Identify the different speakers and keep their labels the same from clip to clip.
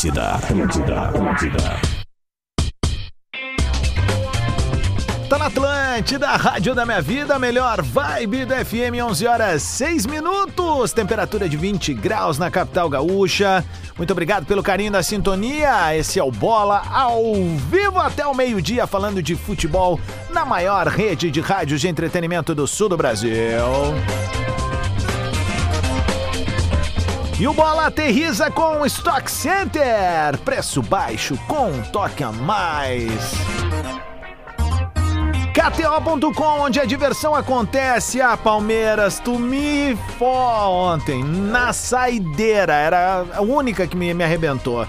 Speaker 1: Atlântida, Atlântida, Atlântida. Tá na Atlântida, Rádio da Minha Vida, a melhor vibe do FM, 11 horas 6 minutos, temperatura de 20 graus na capital gaúcha. Muito obrigado pelo carinho da sintonia. Esse é o Bola ao vivo até o meio-dia, falando de futebol na maior rede de rádios de entretenimento do sul do Brasil. E o Bola aterriza com o Stock Center. Preço baixo com um toque a mais. KTO.com, onde a diversão acontece. Ah, Palmeiras, tu me fó ontem. Na saideira. Era a única que me, me arrebentou.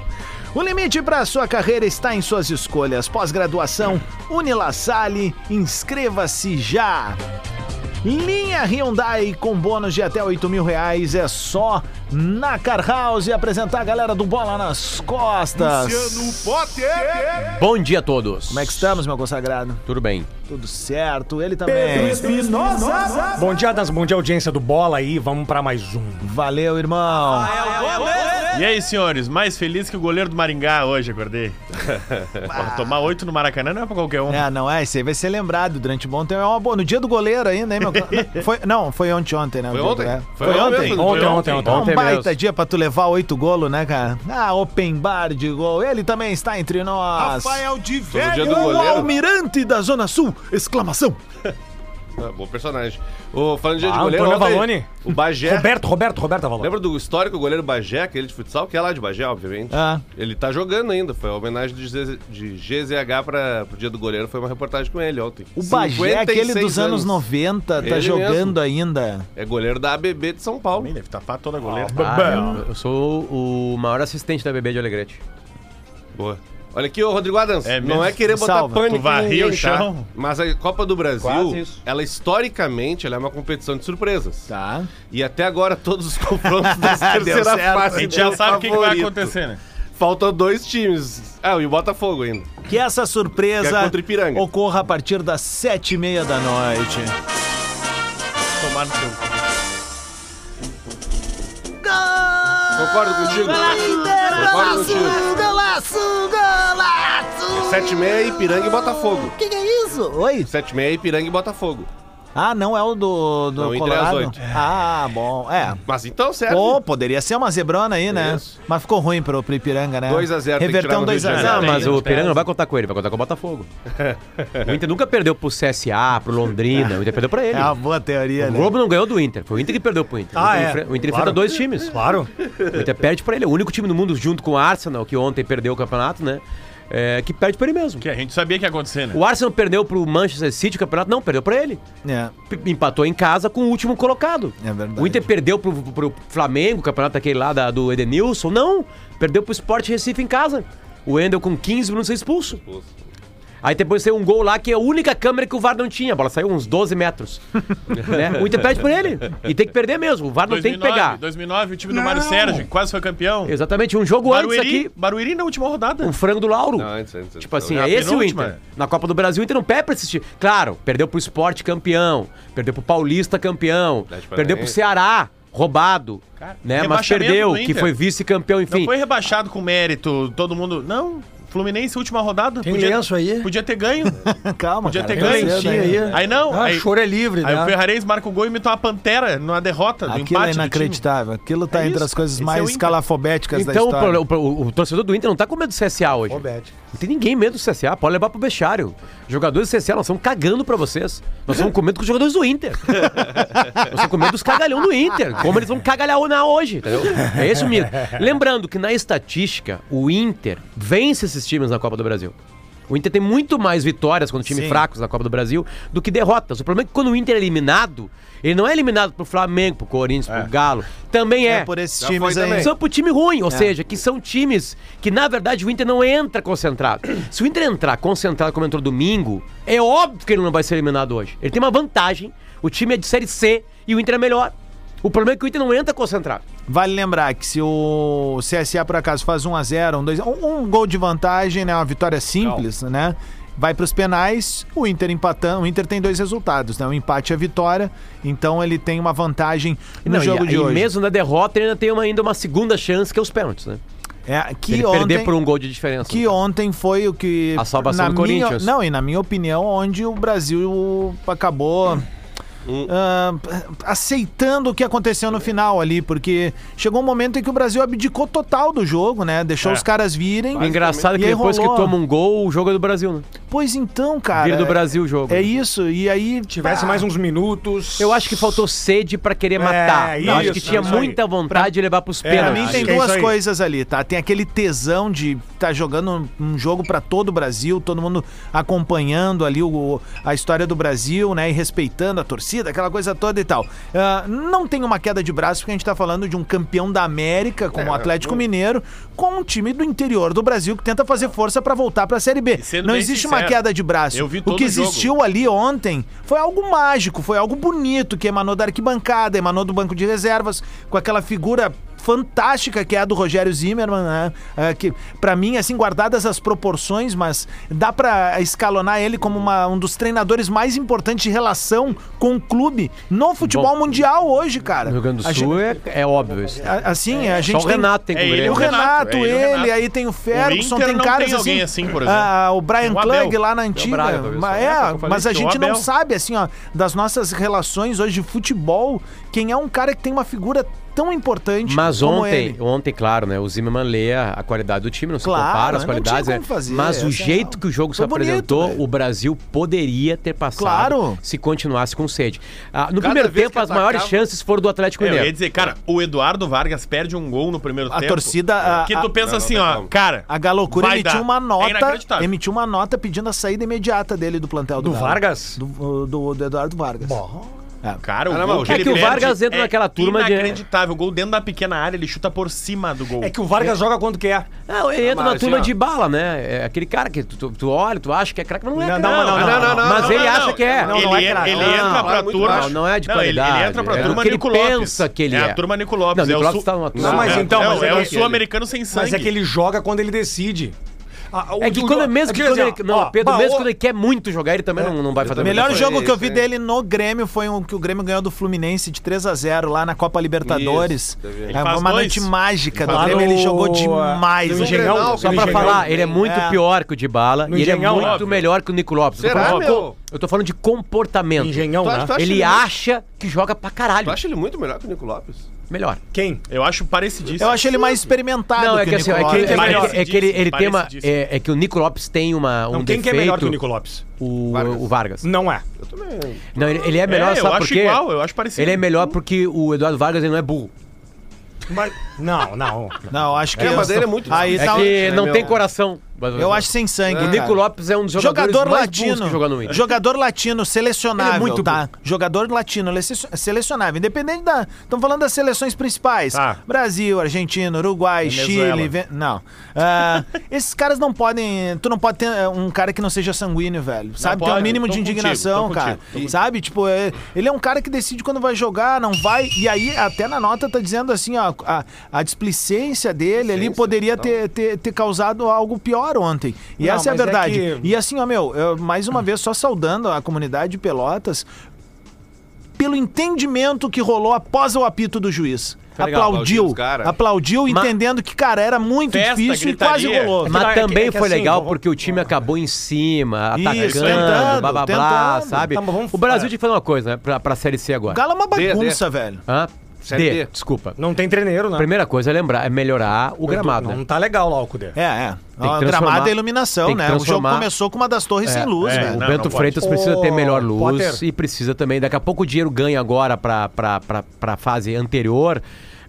Speaker 1: O limite para a sua carreira está em suas escolhas. Pós-graduação, Unilassale, inscreva-se já. Linha Hyundai com bônus de até 8 mil reais é só na Car House e apresentar a galera do Bola nas Costas.
Speaker 2: Bom dia a todos.
Speaker 1: Como é que estamos, meu consagrado?
Speaker 2: Tudo bem?
Speaker 1: Tudo certo, ele também.
Speaker 3: Bom dia, das bom dia audiência do Bola aí, vamos pra mais um.
Speaker 1: Valeu, irmão.
Speaker 4: E aí, senhores, mais feliz que o goleiro do Maringá hoje, acordei. Porra, tomar oito no Maracanã não é pra qualquer um.
Speaker 1: É, não é, isso aí vai ser lembrado durante um bom tempo. É uma boa, no dia do goleiro ainda, hein, meu? Foi, não, foi ontem, ontem, né?
Speaker 4: Foi
Speaker 1: O dia do
Speaker 4: ontem?
Speaker 1: goleiro. Foi,
Speaker 4: Foi
Speaker 1: ontem.
Speaker 4: ontem mesmo.
Speaker 3: Ontem, ontem, ontem.
Speaker 1: Um
Speaker 2: Ontem
Speaker 1: baita
Speaker 2: mesmo.
Speaker 1: dia pra tu levar oito golos, né, cara? Ah, open bar de gol. Ele também está entre nós.
Speaker 5: de
Speaker 6: Todo dia do
Speaker 1: o
Speaker 6: goleiro.
Speaker 1: almirante da Zona Sul! Exclamação!
Speaker 6: Ah, bom personagem. O, falando de dia de
Speaker 3: Ah,
Speaker 6: goleiro,
Speaker 3: Antônio
Speaker 6: ontem,
Speaker 3: Avalone?
Speaker 6: o Bagé.
Speaker 3: Roberto, Roberto, Roberto Avalone.
Speaker 6: Lembra do histórico goleiro Bagé, aquele de futsal, que é lá de Bagé, obviamente?
Speaker 1: Ah.
Speaker 6: Ele tá jogando ainda, foi a homenagem de, GZ de GZH pra, pro dia do goleiro, foi uma reportagem com ele ontem.
Speaker 1: O Bagé, é aquele dos
Speaker 6: 56
Speaker 1: anos 90, tá
Speaker 6: Ele
Speaker 1: jogando ainda.
Speaker 6: É goleiro da ABB de São Paulo.
Speaker 4: Também deve tapar toda a goleira.
Speaker 2: eu, eu sou o maior assistente da BB de Alegrete.
Speaker 6: Boa. Olha aqui, ô Rodrigo Adams,
Speaker 4: É mesmo?
Speaker 6: não é querer botar
Speaker 1: Salva.
Speaker 6: pânico
Speaker 4: Tu varria
Speaker 6: em
Speaker 4: o
Speaker 6: ninguém, tá?
Speaker 4: chão?
Speaker 6: Mas a Copa do
Speaker 2: Quase
Speaker 6: Brasil,
Speaker 2: isso.
Speaker 6: ela historicamente, ela é uma competição de surpresas.
Speaker 1: Tá.
Speaker 6: E até agora todos os confrontos da terceira
Speaker 1: certo.
Speaker 6: fase.
Speaker 4: A gente já
Speaker 6: deu
Speaker 4: sabe o que, que vai
Speaker 6: favorito.
Speaker 4: acontecer, né?
Speaker 6: Faltam dois times. Ah, e o Botafogo ainda.
Speaker 1: Que essa
Speaker 6: Que é
Speaker 1: surpresa
Speaker 6: contra o Ipiranga.
Speaker 1: ocorra a partir das sete e meia da noite.
Speaker 4: Tomar no teu.
Speaker 6: Concordo contigo. Concordo contigo. É 7,6 Ipiranga e Botafogo.
Speaker 1: Que que é isso? Oi?
Speaker 6: 7,6 Ipiranga e Botafogo.
Speaker 1: Ah, não é o do, do
Speaker 6: Não, entre as
Speaker 1: Colorado?
Speaker 6: oito.
Speaker 1: Ah, bom. É.
Speaker 6: Mas então serve.
Speaker 1: Pô, poderia ser uma zebrona aí, né?
Speaker 6: Isso.
Speaker 1: Mas ficou ruim pro, pro Ipiranga, né?
Speaker 6: 2 a 0, tem que tirar
Speaker 1: Revertão
Speaker 6: no Rio de
Speaker 1: 2x0.
Speaker 6: Janeiro.
Speaker 2: Ah,
Speaker 4: Tem,
Speaker 2: mas
Speaker 4: né?
Speaker 2: o Piranga não vai contar com ele, vai contar com o Botafogo. o Inter nunca perdeu pro CSA, pro Londrina, o Inter perdeu pra ele.
Speaker 1: É uma boa teoria,
Speaker 2: O
Speaker 1: né?
Speaker 2: Globo não ganhou do Inter, foi o Inter que perdeu pro Inter.
Speaker 3: Ah,
Speaker 2: o Inter,
Speaker 3: é.
Speaker 2: enfre- o Inter
Speaker 3: Claro.
Speaker 2: enfrenta dois times.
Speaker 3: Claro.
Speaker 2: O Inter perde pra ele, é o único time no mundo junto com o Arsenal, que ontem perdeu o campeonato, né? É, que perde pra ele mesmo.
Speaker 4: Que a gente sabia que ia acontecer, né?
Speaker 2: O Arsenal perdeu pro Manchester City o campeonato? Não, perdeu pra ele.
Speaker 1: É.
Speaker 2: P- empatou em casa com o último colocado.
Speaker 1: É verdade.
Speaker 2: O Inter perdeu pro, pro Flamengo, o campeonato aquele lá da- do Edenilson. Não, perdeu pro Sport Recife em casa. O Endel com 15 minutos foi expulso. Aí depois tem um gol lá que é a única câmera que o VAR não tinha. A bola saiu uns 12 metros. né? O Inter perde por ele. E tem que perder mesmo. O VAR não tem que pegar.
Speaker 4: 2009, o time do Mário Sérgio, que quase foi campeão.
Speaker 2: Exatamente, um jogo antes
Speaker 4: Barueri,
Speaker 2: aqui.
Speaker 4: Barueri na última rodada.
Speaker 2: Um frango do Lauro.
Speaker 6: Não, antes, antes, antes.
Speaker 2: Tipo assim,
Speaker 6: Não,
Speaker 2: é
Speaker 4: a
Speaker 2: esse o
Speaker 4: Então, penúltima.
Speaker 2: Inter. Na Copa do Brasil, o Inter não perde pra assistir. Claro, perdeu pro Sport campeão, perdeu pro Paulista campeão,
Speaker 6: Atlético
Speaker 2: perdeu pro
Speaker 6: Paranaense.
Speaker 2: Ceará, roubado,
Speaker 4: Cara,
Speaker 2: né? Mas
Speaker 4: rebaixamento
Speaker 2: perdeu,
Speaker 4: do
Speaker 2: que
Speaker 4: Inter.
Speaker 2: foi vice-campeão,
Speaker 4: Não
Speaker 2: enfim.
Speaker 4: foi rebaixado com mérito, todo mundo. Não. Fluminense, última rodada.
Speaker 5: Tem lenço aí?
Speaker 4: Podia ter ganho.
Speaker 1: Calma,
Speaker 4: Podia
Speaker 1: cara.
Speaker 4: ter
Speaker 1: tá
Speaker 4: ganho.
Speaker 1: cedo
Speaker 5: Tinha
Speaker 1: ainda.
Speaker 5: aí.
Speaker 4: Aí não.
Speaker 5: Ah,
Speaker 4: aí,
Speaker 5: choro é livre,
Speaker 4: aí o
Speaker 5: né?
Speaker 4: Ferrarese marca o gol e imita uma pantera numa derrota, no
Speaker 1: Aquilo é
Speaker 4: empate. do time.
Speaker 1: inacreditável. Aquilo tá
Speaker 4: É
Speaker 1: entre
Speaker 4: isso.
Speaker 1: as coisas
Speaker 4: Esse é o
Speaker 1: mais
Speaker 4: Inter.
Speaker 1: escalafobéticas da
Speaker 2: Então, o,
Speaker 1: história.
Speaker 2: pro- o pro- o torcedor do Inter não tá com medo do CSA hoje. Não tem ninguém medo do CSA, pode levar pro vestiário. Jogadores do CSA, nós estamos cagando pra vocês. Nós estamos com medo com os jogadores do Inter. nós estamos com medo dos cagalhão do Inter. Como eles vão cagalhar o- na hoje, entendeu? É esse o mito. Lembrando que na estatística, o Inter vence esses times na Copa do Brasil. O Inter tem muito mais vitórias contra times
Speaker 1: Sim.
Speaker 2: fracos na Copa do Brasil do que derrotas. O problema é que quando o Inter é eliminado, ele não é eliminado pro Flamengo, pro Corinthians, pro Galo. Também é.
Speaker 1: É por esses
Speaker 6: Já
Speaker 1: times
Speaker 6: foi
Speaker 1: aí.
Speaker 6: também.
Speaker 2: São pro time ruim, ou
Speaker 1: É.
Speaker 2: seja, que são times que, na verdade, o Inter não entra concentrado. Se o Inter entrar concentrado como entrou domingo, é óbvio que ele não vai ser eliminado hoje. Ele tem uma vantagem, o time é de Série C e o Inter é melhor. O problema é que o Inter não entra concentrado.
Speaker 1: Vale lembrar que se o CSA por acaso faz 1 a 0, 1 2, um, um gol de vantagem, né, uma vitória simples, né? Vai para os penais, o Inter empatando, o Inter tem dois resultados, né? O empate e a vitória, então ele tem uma vantagem no
Speaker 2: Não,
Speaker 1: jogo
Speaker 2: e,
Speaker 1: de
Speaker 2: e
Speaker 1: hoje.
Speaker 2: mesmo na derrota, ele ainda tem uma, ainda uma segunda chance, que é os pênaltis, né?
Speaker 1: É, que
Speaker 2: Ele
Speaker 1: ontem,
Speaker 2: perder por um gol de diferença.
Speaker 1: que ontem foi o que.
Speaker 2: A salvação
Speaker 1: na
Speaker 2: do
Speaker 1: minha-
Speaker 2: Corinthians.
Speaker 1: Não, e na minha opinião, onde o Brasil acabou.
Speaker 2: Hum.
Speaker 1: ah, aceitando o que aconteceu no final ali, porque chegou um momento em que o Brasil abdicou total do jogo, né? Deixou
Speaker 4: É.
Speaker 1: os caras virem.
Speaker 2: O engraçado é que
Speaker 1: E aí
Speaker 2: depois
Speaker 1: rolou.
Speaker 2: que toma um gol, o jogo é do Brasil, né?
Speaker 1: Pois então, cara.
Speaker 2: Vira do Brasil o jogo.
Speaker 1: É isso, e aí. ah,
Speaker 3: Tivesse mais uns minutos.
Speaker 2: Eu acho que faltou sede pra querer matar.
Speaker 3: É,
Speaker 2: Eu acho que
Speaker 3: isso,
Speaker 2: tinha
Speaker 3: isso aí.
Speaker 2: muita vontade de levar pros
Speaker 3: É,
Speaker 1: Pra
Speaker 2: pênaltis.
Speaker 1: mim
Speaker 3: acho
Speaker 1: tem
Speaker 3: que é
Speaker 1: duas
Speaker 3: isso aí.
Speaker 1: coisas ali, tá? Tem aquele tesão de tá jogando um- um jogo pra todo o Brasil, todo mundo acompanhando ali o, a história do Brasil, né? E respeitando a torcida, aquela coisa toda e tal. Ah, não tem uma queda de braço, porque a gente tá falando de um campeão da América,
Speaker 4: É,
Speaker 1: como o Atlético Mineiro, com um time do interior do Brasil que tenta fazer força pra voltar pra Série B.
Speaker 4: E sendo
Speaker 1: Não
Speaker 4: bem
Speaker 1: existe uma
Speaker 4: sincero,
Speaker 1: queda de braço.
Speaker 4: eu vi
Speaker 1: o
Speaker 4: todo
Speaker 1: que
Speaker 4: o jogo.
Speaker 1: existiu aconteceu ali ontem foi algo mágico, foi algo bonito que emanou da arquibancada, emanou do banco de reservas, com aquela figura fantástica que é a do Rogério Zimmermann, né? É, que pra mim assim guardadas as proporções, mas dá pra escalonar ele como uma- um dos treinadores mais importantes de relação com o clube no futebol
Speaker 2: Bom,
Speaker 1: mundial hoje, cara.
Speaker 2: No Rio Grande
Speaker 1: A
Speaker 2: do Sul
Speaker 1: gente-
Speaker 2: é, é óbvio isso.
Speaker 1: a- assim, a gente
Speaker 2: Só o
Speaker 1: tem-
Speaker 2: Renato tem
Speaker 4: É, ele
Speaker 1: o
Speaker 2: goleiro.
Speaker 1: Renato,
Speaker 4: Renato, é,
Speaker 1: ele,
Speaker 4: ele, o Renato.
Speaker 1: aí tem o Ferguson,
Speaker 4: Inter
Speaker 1: tem
Speaker 4: não
Speaker 1: caras
Speaker 4: tem
Speaker 1: assim.
Speaker 4: alguém assim, por exemplo.
Speaker 1: ah, o Brian
Speaker 4: Tem o
Speaker 1: Klug
Speaker 4: Abel.
Speaker 1: lá na antiga.
Speaker 2: Braga, talvez,
Speaker 1: mas,
Speaker 2: só. É,
Speaker 1: é,
Speaker 2: como eu falei,
Speaker 1: mas a
Speaker 4: tem o
Speaker 1: gente não
Speaker 4: Abel.
Speaker 1: sabe, assim, ó, das nossas relações hoje de futebol, quem é um cara que tem uma figura tão importante
Speaker 4: Tipo
Speaker 2: Mas
Speaker 1: como
Speaker 2: ontem,
Speaker 1: ele.
Speaker 2: ontem, claro, né? O Zimmermann lê a a qualidade do time, não se
Speaker 1: Claro,
Speaker 2: compara as
Speaker 1: não
Speaker 2: qualidades.
Speaker 1: tinha
Speaker 2: né?
Speaker 1: como fazer,
Speaker 2: Mas o
Speaker 1: essa é
Speaker 2: jeito
Speaker 1: real.
Speaker 2: que o jogo se
Speaker 1: Foi bonito,
Speaker 2: apresentou,
Speaker 1: velho.
Speaker 2: o Brasil poderia ter passado
Speaker 1: Claro.
Speaker 2: se continuasse com sede. Ah, no
Speaker 6: Cada
Speaker 2: primeiro
Speaker 6: vez
Speaker 2: tempo,
Speaker 6: que
Speaker 2: as maiores
Speaker 6: atacava-
Speaker 2: chances foram do Atlético
Speaker 4: É, eu
Speaker 2: Mineiro.
Speaker 4: ia dizer, cara, o Eduardo Vargas perde um gol no primeiro
Speaker 1: A
Speaker 4: tempo.
Speaker 1: torcida, a-
Speaker 4: Que
Speaker 1: a-
Speaker 4: tu pensa
Speaker 6: Não, não,
Speaker 4: assim,
Speaker 6: não,
Speaker 4: ó,
Speaker 6: não.
Speaker 4: cara.
Speaker 1: A Galocura
Speaker 4: vai
Speaker 1: emitiu
Speaker 4: dar.
Speaker 1: uma
Speaker 4: É
Speaker 1: nota,
Speaker 4: inacreditável.
Speaker 1: emitiu uma nota pedindo a saída imediata dele do plantel do,
Speaker 3: Do
Speaker 1: Galo.
Speaker 3: Vargas?
Speaker 1: do, do- do Eduardo Vargas.
Speaker 4: Cara, o
Speaker 6: Caramba,
Speaker 4: gol
Speaker 6: o
Speaker 4: que
Speaker 6: é
Speaker 4: ele
Speaker 6: que o
Speaker 4: perde
Speaker 2: Vargas entra
Speaker 4: é
Speaker 2: naquela turma de-
Speaker 4: inacreditável. O gol dentro da pequena área, ele chuta por cima do gol.
Speaker 3: É que o Vargas joga quando quer.
Speaker 2: Não, ele entra
Speaker 6: mas
Speaker 2: na turma
Speaker 6: assim, ó.
Speaker 2: de bala, né? É aquele cara que tu, tu- tu olha, tu acha que é craque, mas não é
Speaker 3: Não,
Speaker 2: craque.
Speaker 3: não, não, não, não,
Speaker 2: Mas ele acha que é.
Speaker 4: Ele,
Speaker 3: Não, não é craque.
Speaker 4: ele
Speaker 2: Não,
Speaker 4: entra pra
Speaker 6: é muito
Speaker 4: turma.
Speaker 2: baixo. Não, não é de
Speaker 4: ele- Ele, entra
Speaker 2: qualidade, é
Speaker 4: pra
Speaker 2: do
Speaker 4: turma
Speaker 2: que ele
Speaker 4: Nico Lopes.
Speaker 2: pensa que ele
Speaker 4: É
Speaker 2: é.
Speaker 4: a turma Nico
Speaker 2: Não,
Speaker 4: Lopes.
Speaker 2: Nico
Speaker 4: é o
Speaker 2: Lopes
Speaker 4: sul-
Speaker 2: tá numa turma.
Speaker 3: Não, mas
Speaker 4: é,
Speaker 3: então, mas
Speaker 4: é,
Speaker 3: é
Speaker 4: o
Speaker 3: que-
Speaker 4: sul-americano sem sangue.
Speaker 3: Mas é que ele joga quando ele decide. Ah, o-
Speaker 2: É que
Speaker 3: o-
Speaker 2: quando mesmo que
Speaker 3: diga
Speaker 2: quando
Speaker 3: assim,
Speaker 2: ele,
Speaker 3: ó,
Speaker 2: não,
Speaker 3: ó,
Speaker 2: Pedro,
Speaker 3: bah,
Speaker 2: mesmo
Speaker 3: o-
Speaker 2: quando ele quer muito jogar, ele também não, não vai fazer
Speaker 1: O melhor
Speaker 6: Foi
Speaker 1: jogo que eu vi
Speaker 6: isso, é. hein?
Speaker 1: dele no Grêmio foi um que o Grêmio ganhou do Fluminense de 3 a 0 lá na Copa Libertadores.
Speaker 6: Isso, teve.
Speaker 1: é
Speaker 6: Ele
Speaker 1: uma
Speaker 4: faz dois.
Speaker 1: noite mágica do
Speaker 3: Lá
Speaker 1: Grêmio, ele
Speaker 3: no-
Speaker 1: jogou demais.
Speaker 6: um
Speaker 3: no
Speaker 1: né?
Speaker 3: Engenhão,
Speaker 6: Grenal,
Speaker 2: Só
Speaker 3: no
Speaker 2: pra
Speaker 3: Engenhão.
Speaker 2: falar, ele é muito
Speaker 1: É.
Speaker 2: pior que o Dibala
Speaker 3: No
Speaker 2: e ele é
Speaker 3: Engenhão,
Speaker 2: muito
Speaker 3: óbvio.
Speaker 2: melhor que o Nico Lopes. eu, tô
Speaker 6: Será,
Speaker 2: falando, de
Speaker 6: meu?
Speaker 2: co- eu tô falando de comportamento.
Speaker 3: Engenhão,
Speaker 6: Tu
Speaker 3: né?
Speaker 6: acha- tu acha
Speaker 2: Ele
Speaker 6: ele-
Speaker 2: acha que joga pra caralho.
Speaker 6: Tu acha ele muito melhor que o Nico Lopes?
Speaker 2: Melhor.
Speaker 3: Quem?
Speaker 4: Eu acho parecidíssimo.
Speaker 1: Eu acho ele mais experimentado
Speaker 2: Não, é que
Speaker 1: o
Speaker 2: assim, ó, é
Speaker 1: Nicolau,
Speaker 2: que, é que-
Speaker 1: né?
Speaker 4: Parece
Speaker 2: é que ele, ele tem uma.
Speaker 4: disso.
Speaker 2: É, é que o Nico Lopes tem uma, um
Speaker 3: Não, quem que é
Speaker 2: defeito.
Speaker 3: melhor que o Nico Lopes?
Speaker 2: o-
Speaker 6: Vargas.
Speaker 2: o Vargas.
Speaker 3: Não é.
Speaker 6: Eu também.
Speaker 2: Não, ele, ele é melhor,
Speaker 4: É, eu
Speaker 2: sabe por
Speaker 4: acho
Speaker 2: quê?
Speaker 4: igual, eu acho parecido.
Speaker 2: Ele é melhor porque o Eduardo Vargas ele não é burro.
Speaker 3: Mas- Não, não.
Speaker 1: Não, acho que
Speaker 6: É, mas
Speaker 1: eu-
Speaker 6: ele é muito
Speaker 1: Aí
Speaker 2: É
Speaker 1: tá-
Speaker 2: que não
Speaker 6: meu.
Speaker 2: tem coração.
Speaker 1: Eu acho sem sangue.
Speaker 2: O
Speaker 1: cara.
Speaker 2: Nico Lopes é um dos jogadores
Speaker 1: Jogador
Speaker 2: mais burros
Speaker 1: latino.
Speaker 2: que jogou no Inter.
Speaker 1: Jogador latino, selecionável,
Speaker 2: Ele é muito
Speaker 1: tá? Jogador latino, lece- selecionável. Independente da. Estamos falando das seleções principais:
Speaker 2: Ah.
Speaker 4: Tá.
Speaker 1: Brasil, Argentina, Uruguai,
Speaker 4: Venezuela.
Speaker 1: Chile. Ve- Não. Ah, esses caras não podem. Tu não pode ter é, um cara que não seja sanguíneo, velho. Sabe? Tem um
Speaker 4: pode,
Speaker 1: mínimo
Speaker 4: tô
Speaker 1: de
Speaker 4: contigo,
Speaker 1: indignação,
Speaker 4: tô
Speaker 1: cara.
Speaker 4: contigo, tô contigo.
Speaker 1: Sabe? Tipo, é- ele é um cara que decide quando vai jogar, não vai. E aí, até na nota, tá dizendo assim, ó, a, a displicência dele ali
Speaker 6: Displicência,
Speaker 1: poderia
Speaker 6: total.
Speaker 1: ter ter, ter- ter causado algo pior ontem. E
Speaker 3: Não,
Speaker 1: essa é a
Speaker 3: mas é
Speaker 1: verdade.
Speaker 3: que-
Speaker 1: E assim, ó, meu, eu, mais uma vez, só saudando a comunidade de Pelotas pelo entendimento que rolou após o apito do juiz.
Speaker 2: Tá legal,
Speaker 1: aplaudiu,
Speaker 6: aplaudiu os cara.
Speaker 1: aplaudiu,
Speaker 2: Ma-
Speaker 1: entendendo que, cara, era muito
Speaker 4: Festa,
Speaker 1: difícil e
Speaker 4: gritaria.
Speaker 1: quase rolou.
Speaker 2: Mas
Speaker 3: É que-
Speaker 2: também
Speaker 3: é que
Speaker 2: foi
Speaker 3: assim,
Speaker 2: legal
Speaker 3: vamos-
Speaker 2: porque o time acabou em cima,
Speaker 1: Isso,
Speaker 2: atacando,
Speaker 1: tentando,
Speaker 2: blá blá blá,
Speaker 1: tentando.
Speaker 2: sabe?
Speaker 3: Tá, mas vamos-
Speaker 2: o Brasil
Speaker 3: é.
Speaker 2: tinha que fazer uma coisa, né? Pra, pra Série C
Speaker 1: O
Speaker 2: agora.
Speaker 1: Galo é uma
Speaker 6: Dê, dê.
Speaker 1: bagunça, velho.
Speaker 2: Hã?
Speaker 6: Série
Speaker 2: D,
Speaker 6: D.
Speaker 2: desculpa.
Speaker 3: Não tem treineiro, né?
Speaker 2: Primeira coisa é lembrar, é melhorar o gramado,
Speaker 3: Não
Speaker 2: né?
Speaker 3: tá legal lá o Cudê.
Speaker 1: É, é. Ó,
Speaker 2: que
Speaker 1: gramado
Speaker 2: transformar-
Speaker 1: e iluminação,
Speaker 2: tem que
Speaker 1: né? O jogo
Speaker 2: transformar-
Speaker 1: começou com uma das torres sem luz,
Speaker 4: é,
Speaker 1: velho.
Speaker 2: O
Speaker 4: Não,
Speaker 2: Bento
Speaker 4: não pode.
Speaker 2: Freitas precisa ter
Speaker 3: Ô,
Speaker 2: melhor luz
Speaker 3: Potter.
Speaker 2: e precisa também. Daqui a pouco o dinheiro ganha agora pra, pra, pra, pra fase anterior.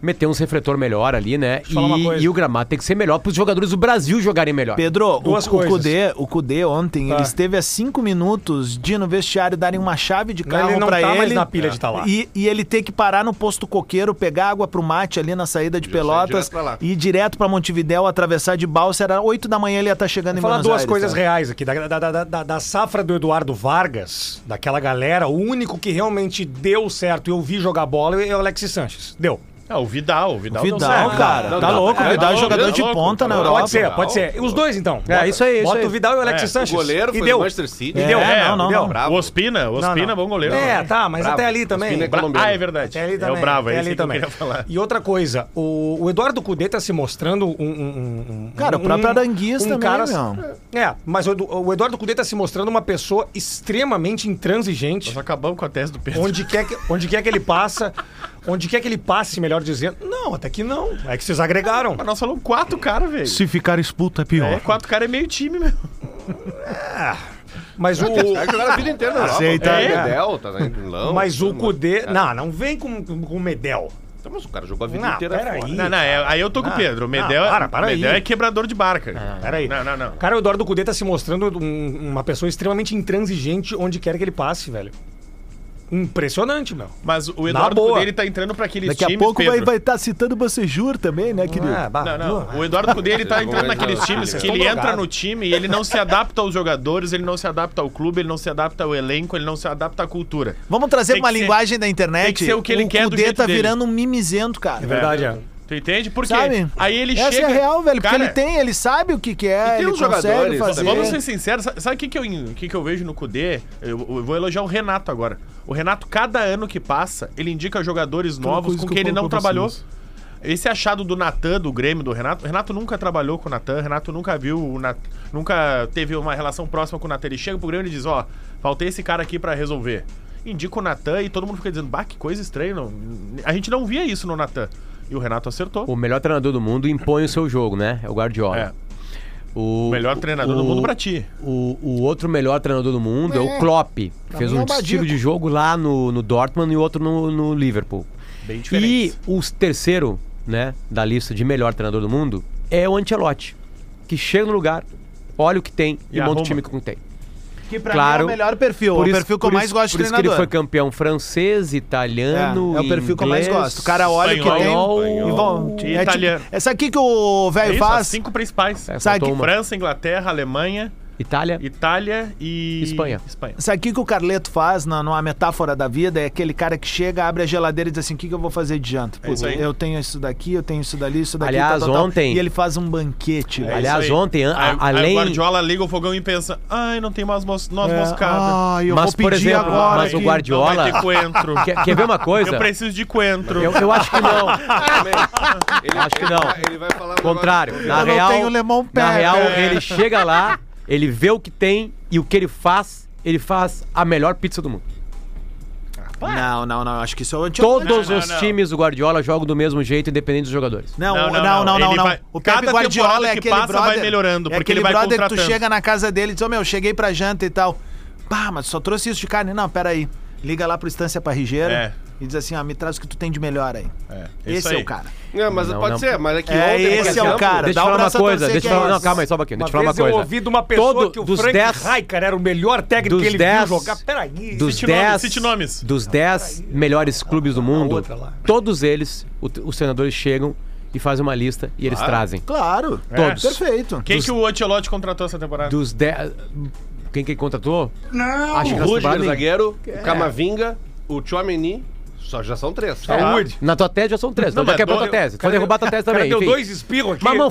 Speaker 2: Meter uns refletor melhor ali, né?
Speaker 3: eu falar uma
Speaker 2: E,
Speaker 3: coisa.
Speaker 2: e o gramado tem que ser melhor pros jogadores do Brasil jogarem melhor.
Speaker 1: Pedro, o,
Speaker 3: Duas
Speaker 1: o
Speaker 3: coisas.
Speaker 1: Cudê, o Cudê ontem,
Speaker 3: Tá.
Speaker 1: ele esteve a cinco minutos de ir no vestiário darem uma chave de
Speaker 3: Não,
Speaker 1: carro
Speaker 3: ele não
Speaker 1: pra
Speaker 3: tá
Speaker 1: ele.
Speaker 3: mais na pilha de tá lá.
Speaker 1: E, e ele ter que parar no posto coqueiro, pegar água pro mate ali na saída de
Speaker 6: Já sai
Speaker 1: Pelotas,
Speaker 6: direto pra lá.
Speaker 1: ir direto pra Montevidéu, atravessar de balsa, era oito da manhã ele ia estar chegando em
Speaker 3: Vou falar
Speaker 1: Buenos
Speaker 3: duas
Speaker 1: Aires,
Speaker 3: coisas
Speaker 1: tá?
Speaker 3: reais aqui. Da, da, da, da, da safra do Eduardo Vargas, daquela galera, o único que realmente deu certo e eu vi jogar bola é o Alexis Sanches. Deu.
Speaker 4: É, o Vidal, o Vidal, deu
Speaker 3: um
Speaker 1: Vidal,
Speaker 4: certo.
Speaker 1: cara.
Speaker 6: Não,
Speaker 1: tá
Speaker 6: não,
Speaker 1: louco,
Speaker 6: é,
Speaker 1: o Vidal é
Speaker 6: não,
Speaker 1: jogador
Speaker 6: não,
Speaker 1: de
Speaker 6: louco,
Speaker 1: ponta na
Speaker 6: não,
Speaker 1: Europa.
Speaker 3: Pode ser, pode ser. Os dois, então.
Speaker 1: É,
Speaker 3: Bota-
Speaker 2: isso aí, isso
Speaker 3: Bota
Speaker 2: aí.
Speaker 3: o Vidal e o Alex
Speaker 4: É, o
Speaker 6: O
Speaker 3: Sanches.
Speaker 6: goleiro
Speaker 3: e
Speaker 6: foi do
Speaker 3: deu.
Speaker 6: Manchester City.
Speaker 3: E deu.
Speaker 1: É,
Speaker 4: É,
Speaker 1: não, não,
Speaker 4: deu.
Speaker 1: não.
Speaker 6: Bravo.
Speaker 4: O Ospina, o
Speaker 3: Não,
Speaker 4: Ospina,
Speaker 3: não.
Speaker 4: é bom goleiro.
Speaker 3: É, tá, mas
Speaker 6: Bravo.
Speaker 3: até ali também.
Speaker 6: Ospina é
Speaker 4: Bra-
Speaker 6: colombiano.
Speaker 4: Ah, é verdade.
Speaker 3: Até ali
Speaker 4: é
Speaker 3: também,
Speaker 4: o Bravo, é
Speaker 3: até
Speaker 4: isso
Speaker 3: ali
Speaker 4: que eu
Speaker 3: também.
Speaker 4: queria falar.
Speaker 3: E outra coisa, o, o Eduardo Cudê tá se mostrando um... um- um- um-
Speaker 1: Cara, o
Speaker 3: um-
Speaker 1: próprio Aranguiz
Speaker 3: um
Speaker 1: também,
Speaker 3: cara-
Speaker 1: meu.
Speaker 3: É, mas o, Edu- o Eduardo Cudê tá se mostrando uma pessoa extremamente intransigente.
Speaker 4: Nós acabamos com a tese do Pedro.
Speaker 3: Onde quer, que, onde quer que ele passa, onde quer que ele passe, melhor dizendo. Não, até que não. É que vocês agregaram.
Speaker 4: Mas nós falamos quatro caras, velho.
Speaker 1: Se ficar expulso é pior.
Speaker 4: É, quatro caras é meio time, meu.
Speaker 3: Mas o,
Speaker 6: Os caras jogaram é a vida inteira na Europa.
Speaker 1: Aceita.
Speaker 6: É,
Speaker 4: É.
Speaker 6: Medel, tá lá em Milão.
Speaker 3: mas o
Speaker 6: Tudo,
Speaker 3: Cudê...
Speaker 6: cara.
Speaker 3: Não, não vem com, com o Medel.
Speaker 6: Então, mas o cara jogou a vida
Speaker 3: Não,
Speaker 6: inteira
Speaker 3: peraí.
Speaker 6: fora.
Speaker 3: Ih,
Speaker 4: Não, não, é- aí eu tô com o
Speaker 3: Ah,
Speaker 4: Pedro. O
Speaker 3: ah,
Speaker 4: Medel,
Speaker 3: para, para aí. É.
Speaker 4: Medel é quebrador de barca.
Speaker 3: Peraí.
Speaker 4: Não, não, não.
Speaker 3: Cara, o Eduardo Cudê tá se mostrando um- uma pessoa extremamente intransigente onde quer que ele passe, velho. Impressionante, meu.
Speaker 4: Mas o Eduardo
Speaker 3: boa.
Speaker 4: Cudê, ele tá entrando pra aqueles
Speaker 1: Daqui a
Speaker 4: times,
Speaker 1: pouco
Speaker 4: Pedro.
Speaker 1: vai estar citando o Bassejur também, né, querido?
Speaker 3: Ah, bah,
Speaker 4: Não, não.
Speaker 3: pô.
Speaker 4: O Eduardo Cudê, ele tá entrando naqueles times que ele
Speaker 3: Estão
Speaker 4: entra
Speaker 3: drogados.
Speaker 4: no time e ele não se adapta aos jogadores, ele não se adapta ao clube, ele não se adapta ao elenco, ele não se adapta à cultura.
Speaker 1: Vamos trazer
Speaker 4: Tem
Speaker 1: pra uma
Speaker 4: que ser-
Speaker 1: linguagem da internet.
Speaker 4: tem que ser o que ele quer do
Speaker 1: Kudê
Speaker 4: jeito
Speaker 1: tá
Speaker 4: dele.
Speaker 1: virando um mimizento, cara.
Speaker 3: Verdade, é.
Speaker 4: Tu entende? Porque
Speaker 1: Sabe?
Speaker 4: aí ele
Speaker 1: Essa
Speaker 4: chega...
Speaker 1: é a real, velho. Porque
Speaker 4: Cara,
Speaker 1: ele tem, ele sabe o que, que é,
Speaker 6: E tem
Speaker 1: ele
Speaker 6: uns
Speaker 1: consegue
Speaker 6: jogadores-
Speaker 1: fazer.
Speaker 4: Vamos ser sinceros, sa- sabe o que, que, eu, o que, que eu vejo no Cudê? Eu, eu vou elogiar o Renato agora. O Renato, cada ano que passa, ele indica jogadores novos
Speaker 1: coisa
Speaker 4: com
Speaker 1: que
Speaker 4: quem
Speaker 1: eu
Speaker 4: ele
Speaker 1: falo
Speaker 4: não
Speaker 1: pra
Speaker 4: trabalhou.
Speaker 1: vocês.
Speaker 4: Esse achado do Natan, do Grêmio, do Renato, o Renato nunca trabalhou com o Natan, o Renato nunca viu, o Nat- nunca teve uma relação próxima com o Natan. Ele chega pro Grêmio e diz, ó, faltei esse cara aqui pra resolver. Indica o Natan e todo mundo fica dizendo, bah, que coisa estranha. não- A gente não via isso no Natan. E o Renato acertou.
Speaker 2: O melhor treinador do mundo impõe o seu jogo, né? É o Guardiola.
Speaker 4: É.
Speaker 2: O,
Speaker 4: O melhor treinador do mundo pra ti.
Speaker 2: O, o outro melhor treinador do mundo é, o Klopp. que Fez
Speaker 1: mim é
Speaker 2: um
Speaker 1: o Badico.
Speaker 2: estilo de jogo lá no, no Dortmund e outro no, no Liverpool.
Speaker 4: Bem
Speaker 2: E
Speaker 4: diferente.
Speaker 2: o terceiro, né, da lista de melhor treinador do mundo é o Ancelotti, que chega no lugar, olha o que tem e,
Speaker 4: E
Speaker 2: monta
Speaker 4: arruma.
Speaker 2: o time que tem.
Speaker 1: Que pra
Speaker 2: Claro.
Speaker 1: mim é o melhor perfil. o perfil que eu
Speaker 2: por
Speaker 1: mais
Speaker 2: isso-
Speaker 1: gosto de
Speaker 2: por isso que
Speaker 1: treinador.
Speaker 2: ele foi campeão francês, italiano,
Speaker 1: É, é o perfil que eu mais
Speaker 2: inglês, É,
Speaker 1: gosto. O cara olha o que tem
Speaker 2: espanhol,
Speaker 1: e vão.
Speaker 4: E
Speaker 1: É
Speaker 4: italiano.
Speaker 1: tipo, essa aqui que o
Speaker 4: É
Speaker 1: velho
Speaker 4: isso, as
Speaker 1: faz.
Speaker 4: cinco principais.
Speaker 2: É,
Speaker 1: Sabe
Speaker 2: faltou
Speaker 1: que
Speaker 2: uma.
Speaker 4: França, Inglaterra, Alemanha,
Speaker 2: Itália.
Speaker 4: Itália e.
Speaker 2: Espanha.
Speaker 4: Espanha.
Speaker 1: Sabe o que, que o Carleto faz na, numa metáfora da vida? É aquele cara que chega, abre a geladeira e diz assim: o que, que eu vou fazer de janta? Pô,
Speaker 4: É isso aí.
Speaker 1: eu tenho isso daqui, eu tenho isso dali, isso daqui.
Speaker 2: Aliás, ontem-
Speaker 1: E ele faz um banquete. velho.
Speaker 2: Aliás,
Speaker 4: isso aí.
Speaker 2: ontem, a-
Speaker 4: Aí- aí
Speaker 2: além-
Speaker 4: O Guardiola liga o fogão e pensa: ai, não tem mais noz
Speaker 1: É,
Speaker 4: moscada.
Speaker 1: Ah, eu
Speaker 2: Mas,
Speaker 1: vou pedir
Speaker 2: por exemplo,
Speaker 1: agora.
Speaker 2: mas o
Speaker 1: aqui.
Speaker 2: Guardiola-
Speaker 4: Não vai ter coentro.
Speaker 2: Quer, quer ver uma coisa?
Speaker 4: Eu preciso de coentro.
Speaker 2: Eu- eu acho que não.
Speaker 6: Também. Ele-
Speaker 2: Acho que
Speaker 6: ele-
Speaker 2: não.
Speaker 6: Ele vai falar um negócio-
Speaker 2: Contrário. Na
Speaker 1: Eu não
Speaker 2: real,
Speaker 1: tenho lemão
Speaker 2: na
Speaker 1: pepper.
Speaker 2: real
Speaker 1: É.
Speaker 2: ele chega lá, ele vê o que tem e o que ele faz, ele faz a melhor pizza do mundo.
Speaker 1: Não, não, não. Acho que isso é o Ancelotti.
Speaker 2: Todos
Speaker 4: não,
Speaker 2: os
Speaker 4: não.
Speaker 2: times do Guardiola jogam do mesmo jeito, independente dos jogadores.
Speaker 1: Não, não,
Speaker 4: Não,
Speaker 1: não,
Speaker 4: não,
Speaker 1: não. não,
Speaker 4: ele vai-
Speaker 1: O Pepe
Speaker 4: cada
Speaker 1: Guardiola
Speaker 4: temporada
Speaker 1: é
Speaker 4: que
Speaker 1: aquele
Speaker 4: passa, vai
Speaker 1: brother.
Speaker 4: melhorando,
Speaker 1: é
Speaker 4: porque
Speaker 1: aquele
Speaker 4: ele vai
Speaker 1: brother que tu
Speaker 4: contratando.
Speaker 1: chega na casa dele e diz: Ô meu, cheguei pra janta e tal. Pá, mas só trouxe isso de carne. Não, peraí. Liga lá pro Estância Parrigeira
Speaker 4: É.
Speaker 1: e diz assim: ó, me traz o que tu tem de melhor aí.
Speaker 4: isso
Speaker 1: Esse é
Speaker 4: aí.
Speaker 1: o cara.
Speaker 6: Não, mas
Speaker 2: Não,
Speaker 6: pode
Speaker 2: não.
Speaker 6: ser, mas é que
Speaker 1: É,
Speaker 6: ontem, por
Speaker 1: esse é o
Speaker 6: exemplo,
Speaker 1: cara.
Speaker 2: Deixa
Speaker 1: dá
Speaker 2: eu
Speaker 1: um
Speaker 2: falar uma
Speaker 1: braço a
Speaker 2: coisa,
Speaker 1: torcer
Speaker 2: deixa eu
Speaker 1: que é
Speaker 2: falar. Não,
Speaker 1: isso.
Speaker 2: calma aí, só um pouquinho.
Speaker 3: Uma
Speaker 2: Deixa eu falar uma
Speaker 3: vez eu
Speaker 2: coisa.
Speaker 3: ouvi de uma pessoa
Speaker 2: Todo-
Speaker 3: que o
Speaker 2: dos
Speaker 3: Frank
Speaker 2: 10
Speaker 3: Rijkaard era o melhor técnico
Speaker 2: dos
Speaker 3: que ele
Speaker 2: 10
Speaker 3: viu jogar. Peraí.
Speaker 2: Dos
Speaker 4: Cite nomes,
Speaker 2: 10
Speaker 4: cite nomes.
Speaker 2: dos 10 melhores clubes do mundo,
Speaker 3: outra lá.
Speaker 2: todos eles, o- os treinadores chegam e fazem uma lista e eles trazem.
Speaker 1: Claro.
Speaker 2: Todos.
Speaker 1: Perfeito.
Speaker 4: É. Quem que o Ancelotti contratou essa temporada?
Speaker 2: Dos 10. Quem que contratou? Não! Acho que
Speaker 6: O
Speaker 2: nessa temporada
Speaker 6: Rudiger,
Speaker 2: nem-
Speaker 6: zagueiro,
Speaker 2: É.
Speaker 6: o Camavinga, o Chouameni, só já são
Speaker 3: É.
Speaker 6: três.
Speaker 3: Saúde.
Speaker 2: Na tua tese já são três.
Speaker 4: Não,
Speaker 2: Não, então
Speaker 4: mas
Speaker 2: quebrou
Speaker 4: dois-
Speaker 2: tua tese. Foi derrubar tua tese também.
Speaker 3: Cara, deu
Speaker 2: enfim.
Speaker 3: dois espirros aqui.
Speaker 2: Mas, mano,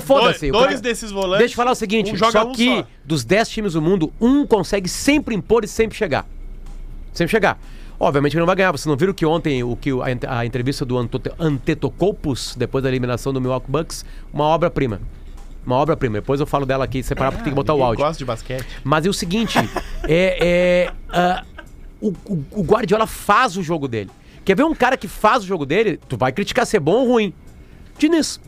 Speaker 4: Dois-
Speaker 2: foda-se. o cara-
Speaker 4: dois desses volantes,
Speaker 2: Deixa eu falar o seguinte:
Speaker 4: um joga
Speaker 2: só
Speaker 4: um
Speaker 2: que
Speaker 4: só.
Speaker 2: dos dez times do mundo, um consegue sempre impor e sempre chegar. Sempre chegar. Obviamente ele não vai ganhar. Vocês não viram que ontem o que o- a, ent- a entrevista do Antote- Antetokounmpos, depois da eliminação do Milwaukee Bucks, uma obra-prima. Uma obra-prima. Depois eu falo dela aqui separar porque tem que botar o
Speaker 4: Ninguém
Speaker 2: áudio.
Speaker 4: gosta de basquete.
Speaker 2: Mas é o seguinte, é, é, ah, o, o- o Guardiola faz o jogo dele. Quer ver um cara que faz o jogo dele? Tu vai criticar se é bom ou ruim. Diniz.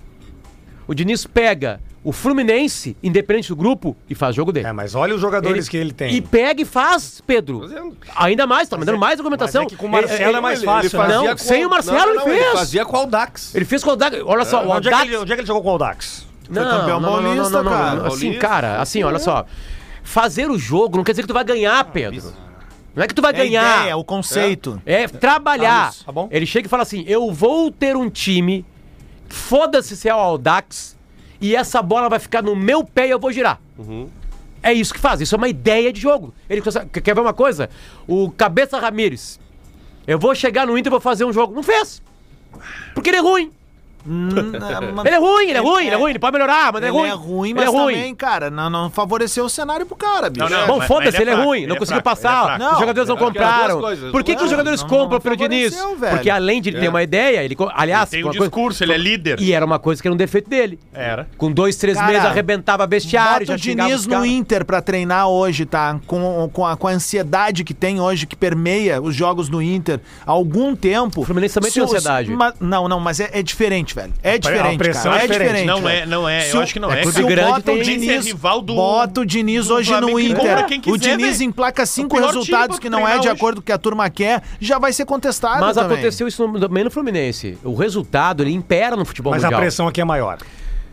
Speaker 2: O Diniz pega o Fluminense, independente do grupo, e faz o jogo dele.
Speaker 3: É, mas olha os jogadores que ele tem.
Speaker 2: E pega e faz, Pedro.
Speaker 6: Fazendo.
Speaker 2: Ainda mais, tá me dando mais argumentação.
Speaker 3: mas é que com o Marcelo
Speaker 2: Ele- ele-
Speaker 3: é mais
Speaker 2: ele-
Speaker 3: fácil, né?
Speaker 2: Não,
Speaker 6: fazia com-
Speaker 2: sem o Marcelo
Speaker 6: Não,
Speaker 2: ele
Speaker 6: não,
Speaker 2: fez. Ele,
Speaker 6: fazia com o Aldax.
Speaker 2: fez com o Aldax. Olha só, o
Speaker 3: onde, é que
Speaker 2: Aldax...
Speaker 3: ele, onde é que ele jogou com o Aldax?
Speaker 2: Não,
Speaker 1: campeão paulista, cara.
Speaker 2: Assim,
Speaker 6: Paulista.
Speaker 2: cara, assim, olha só. Fazer o jogo não quer dizer que tu vai
Speaker 3: Ah,
Speaker 2: ganhar, Pedro. Não é que tu vai
Speaker 1: É a
Speaker 2: ganhar.
Speaker 1: ideia, o conceito.
Speaker 2: É trabalhar.
Speaker 3: isso, tá bom.
Speaker 2: Ele chega e fala assim: eu vou ter um time, foda-se se é o Aldax, e essa bola vai ficar no meu pé e eu vou girar.
Speaker 3: Uhum.
Speaker 2: É isso que faz, isso é uma ideia de jogo. Ele consegue- quer quer ver uma coisa? O Cabeça Ramírez. Eu vou chegar no Inter e vou fazer um jogo. Não fez! Porque ele é ruim.
Speaker 1: Hum, é, mas-
Speaker 2: Ele é ruim, ele é ruim, ele é ruim, ele pode melhorar, mas
Speaker 1: Ele é ruim, mas também, cara, não, não favoreceu o cenário pro cara, bicho.
Speaker 4: Não, não,
Speaker 2: Bom,
Speaker 4: mas-
Speaker 2: foda-se,
Speaker 4: mas ele
Speaker 2: ele
Speaker 4: é
Speaker 2: é
Speaker 4: fraco,
Speaker 2: ruim,
Speaker 4: ele
Speaker 2: não
Speaker 4: é
Speaker 2: conseguiu
Speaker 4: fraco, ele
Speaker 2: passar,
Speaker 4: é
Speaker 1: fraco.
Speaker 2: os jogadores não
Speaker 6: Não, porque as duas
Speaker 2: compraram.
Speaker 6: coisas,
Speaker 2: Por que, que
Speaker 6: não,
Speaker 2: os jogadores
Speaker 1: não
Speaker 2: compram pelo Diniz?
Speaker 1: favoreceu, velho.
Speaker 2: Porque além de ele ter
Speaker 6: É.
Speaker 2: uma ideia, ele, co- aliás,
Speaker 4: Tem um
Speaker 2: uma coisa-
Speaker 4: discurso, ele é líder.
Speaker 2: e era uma coisa que era um defeito dele.
Speaker 4: Era.
Speaker 2: Com dois, três
Speaker 1: Cara,
Speaker 2: meses, arrebentava bestiário,
Speaker 1: Bota o
Speaker 2: já xingava
Speaker 1: Diniz
Speaker 2: os
Speaker 1: no
Speaker 2: caras.
Speaker 1: Inter pra treinar hoje, tá? Com, com, a, com a ansiedade que tem hoje, que permeia os jogos do Inter há algum tempo. O
Speaker 2: Fluminense também tem ansiedade.
Speaker 1: não, não, mas é, é diferente, velho. É diferente,
Speaker 3: pressão
Speaker 1: cara.
Speaker 3: é
Speaker 1: É
Speaker 3: diferente.
Speaker 1: diferente.
Speaker 4: Não é,
Speaker 1: velho.
Speaker 4: não é, eu
Speaker 1: Se o-
Speaker 4: acho que não é,
Speaker 1: se
Speaker 4: cara.
Speaker 1: o
Speaker 2: Clube grande
Speaker 1: bota o
Speaker 2: tem-
Speaker 4: Tem que ser
Speaker 1: Diniz,
Speaker 4: rival do-
Speaker 1: bota o Diniz
Speaker 4: do
Speaker 1: hoje
Speaker 4: Flamengo
Speaker 1: no
Speaker 4: e
Speaker 1: Inter.
Speaker 4: compra quem quiser,
Speaker 1: o Diniz
Speaker 4: velho. É
Speaker 1: emplaca
Speaker 4: O
Speaker 1: cinco
Speaker 4: pior time
Speaker 1: resultados
Speaker 4: pra
Speaker 1: que não é de
Speaker 4: treinar
Speaker 1: acordo com o que a turma quer, já vai ser contestado
Speaker 2: Mas
Speaker 1: também.
Speaker 2: aconteceu isso no- também no Fluminense. O resultado, ele impera no futebol
Speaker 3: Mas a
Speaker 2: mundial.
Speaker 3: pressão aqui é maior.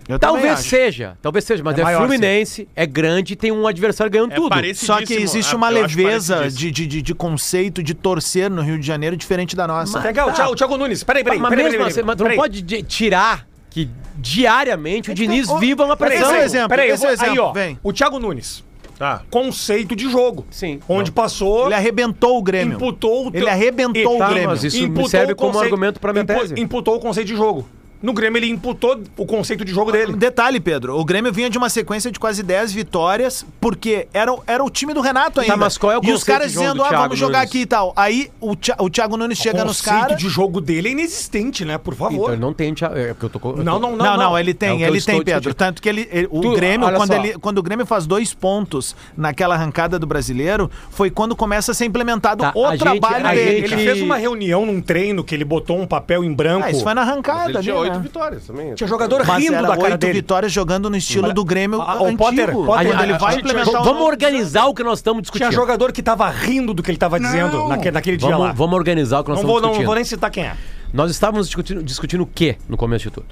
Speaker 1: Eu também
Speaker 2: Talvez
Speaker 1: acho.
Speaker 2: seja, talvez seja, mas
Speaker 3: É
Speaker 2: é,
Speaker 3: maior,
Speaker 2: Fluminense, é grande e tem um adversário ganhando
Speaker 4: É
Speaker 2: tudo.
Speaker 4: parecido.
Speaker 1: Só que existe
Speaker 4: Ah,
Speaker 1: uma
Speaker 4: eu acho
Speaker 1: leveza
Speaker 4: parecidíssimo.
Speaker 1: de, de, de- de conceito de torcer no Rio de Janeiro diferente da nossa.
Speaker 3: Legal, tchau, é Thiago Nunes. Peraí, peraí.
Speaker 2: tá. mas
Speaker 3: peraí,
Speaker 2: mesmo
Speaker 3: peraí,
Speaker 2: assim, mas tu não
Speaker 3: peraí.
Speaker 2: pode de- tirar que diariamente o Diniz
Speaker 1: ô,
Speaker 2: viva
Speaker 3: um
Speaker 2: uma
Speaker 1: peraí,
Speaker 2: pressão.
Speaker 1: esse é o exemplo,
Speaker 3: Peraí, eu
Speaker 1: esse é o
Speaker 3: vou- aí,
Speaker 1: exemplo,
Speaker 3: ó.
Speaker 1: vem.
Speaker 3: O Thiago Nunes.
Speaker 4: Tá.
Speaker 3: Conceito de jogo.
Speaker 2: Sim.
Speaker 3: Onde passou.
Speaker 1: Ele arrebentou o Grêmio.
Speaker 3: imputou o teu-
Speaker 1: Ele arrebentou
Speaker 3: Tá,
Speaker 1: o Grêmio.
Speaker 2: mas isso me
Speaker 3: imputou
Speaker 2: serve
Speaker 3: o
Speaker 2: como
Speaker 3: conceito-
Speaker 2: argumento pra minha
Speaker 3: impu-
Speaker 2: tese.
Speaker 3: Imputou o conceito de jogo. No Grêmio ele imputou o conceito de jogo dele.
Speaker 1: Detalhe, Pedro, o Grêmio vinha de uma sequência de quase 10 vitórias, porque era, o- era o time do Renato ainda.
Speaker 2: mas qual é o
Speaker 1: e os
Speaker 2: conceito
Speaker 1: caras
Speaker 2: de jogo
Speaker 1: dizendo,
Speaker 2: do
Speaker 1: ah,
Speaker 2: Thiago
Speaker 1: vamos jogar
Speaker 2: Nunes?
Speaker 1: aqui e tal. Aí o, Thi- o Thiago Nunes chega nos
Speaker 3: conceito
Speaker 1: caras...
Speaker 3: de jogo dele é inexistente, né? Por favor.
Speaker 2: Então ele não tem Thiago- é porque eu tô co- eu tô-
Speaker 3: não, não, não,
Speaker 1: Não, não, ele tá
Speaker 2: É o
Speaker 1: tem,
Speaker 2: que eu
Speaker 1: ele
Speaker 2: estou
Speaker 1: tem, Pedro.
Speaker 2: discutindo.
Speaker 1: Tanto que ele, ele- o
Speaker 2: Tu-
Speaker 1: Grêmio,
Speaker 2: olha
Speaker 1: quando,
Speaker 2: só.
Speaker 1: ele- quando o Grêmio faz dois pontos naquela arrancada do brasileiro, foi quando começa a ser implementado
Speaker 2: Tá,
Speaker 1: o
Speaker 2: a gente-
Speaker 1: trabalho
Speaker 2: a
Speaker 1: dele.
Speaker 3: Ele
Speaker 2: gente-
Speaker 1: cara.
Speaker 3: fez uma reunião num treino que ele botou um papel em branco.
Speaker 1: Ah, isso foi na
Speaker 6: Mas
Speaker 1: arrancada,
Speaker 6: Ele tinha
Speaker 1: ali,
Speaker 6: oito
Speaker 1: né?
Speaker 6: vitórias também.
Speaker 3: Tinha jogador
Speaker 1: Mas
Speaker 3: rindo
Speaker 1: era
Speaker 3: da cara
Speaker 1: oito
Speaker 3: dele.
Speaker 1: vitórias jogando no estilo do Grêmio
Speaker 3: Ah, o
Speaker 1: antigo.
Speaker 3: Potter- Potter-
Speaker 1: Quando
Speaker 2: Ah,
Speaker 1: ele
Speaker 2: ah,
Speaker 1: vai
Speaker 2: ah,
Speaker 1: implementar
Speaker 2: vamos-
Speaker 1: o
Speaker 2: Vamos
Speaker 1: novo-
Speaker 2: organizar o que nós estamos
Speaker 3: um Tinha
Speaker 2: discutindo.
Speaker 3: jogador que tava rindo do que ele tava dizendo naque- naquele dia lá.
Speaker 2: Vamos, vamos organizar o que nós
Speaker 3: não,
Speaker 2: estamos
Speaker 3: vou, não
Speaker 2: discutindo.
Speaker 3: vou nem citar quem é.
Speaker 2: Nós estávamos discutindo, discutindo o quê no começo de tudo?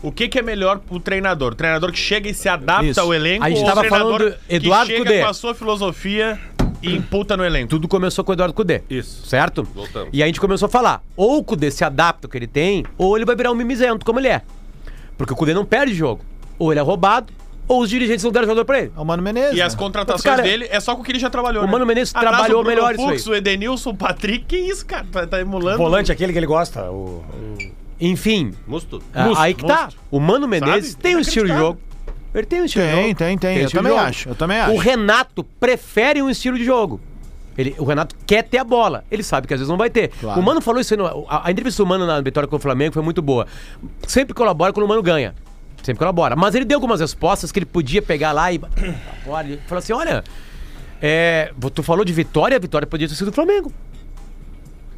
Speaker 4: O que, que é melhor pro treinador? O treinador que chega e se adapta
Speaker 1: Isso.
Speaker 4: ao elenco
Speaker 2: A gente
Speaker 4: ou o
Speaker 2: tava
Speaker 4: treinador
Speaker 2: falando
Speaker 4: que
Speaker 2: Eduardo
Speaker 4: chega
Speaker 2: Cudê.
Speaker 4: com a sua filosofia e imputa no elenco?
Speaker 2: Tudo começou com o Eduardo Cudê.
Speaker 6: Isso.
Speaker 2: Certo?
Speaker 6: Voltamos.
Speaker 2: E a gente começou a falar: ou o Cudê se adapta ao que ele tem, ou ele vai virar um mimizento, como ele é. Porque o Cudê não perde jogo. Ou ele é roubado, ou os dirigentes não deram jogador pra ele.
Speaker 1: É o Mano Menezes.
Speaker 4: E
Speaker 1: né?
Speaker 4: as contratações
Speaker 2: Cara,
Speaker 4: dele é só com o que ele já trabalhou.
Speaker 2: o Mano Menezes
Speaker 4: Aliás,
Speaker 2: trabalhou
Speaker 4: o Bruno
Speaker 2: melhor isso
Speaker 4: Fux,
Speaker 2: aí.
Speaker 4: O Edenilson, o Patrick, que isso, cara? Tá, tá emulando.
Speaker 3: Volante é aquele que ele gosta. O...
Speaker 2: Enfim,
Speaker 6: Musto.
Speaker 2: ah,
Speaker 4: Musto,
Speaker 2: aí que tá.
Speaker 4: Musto.
Speaker 2: O Mano Menezes
Speaker 4: Sabe?
Speaker 2: tem um estilo de jogo. Ele tem um estilo de
Speaker 1: Tem,
Speaker 2: jogo.
Speaker 1: tem, tipo tem. Eu
Speaker 2: estilo de
Speaker 1: também
Speaker 2: jogo.
Speaker 1: acho, eu também acho.
Speaker 2: O Renato prefere um estilo de jogo. Ele, o Renato quer ter a bola. Ele sabe que às vezes não vai ter.
Speaker 1: Claro.
Speaker 2: O Mano falou isso aí. no- A, a entrevista do Mano na vitória com o Flamengo foi muito boa. Sempre colabora quando o Mano ganha. Sempre colabora. Mas ele deu algumas respostas que ele podia pegar lá e. Olha, ele falou assim: olha, é, tu falou de vitória, a vitória podia ter sido do Flamengo.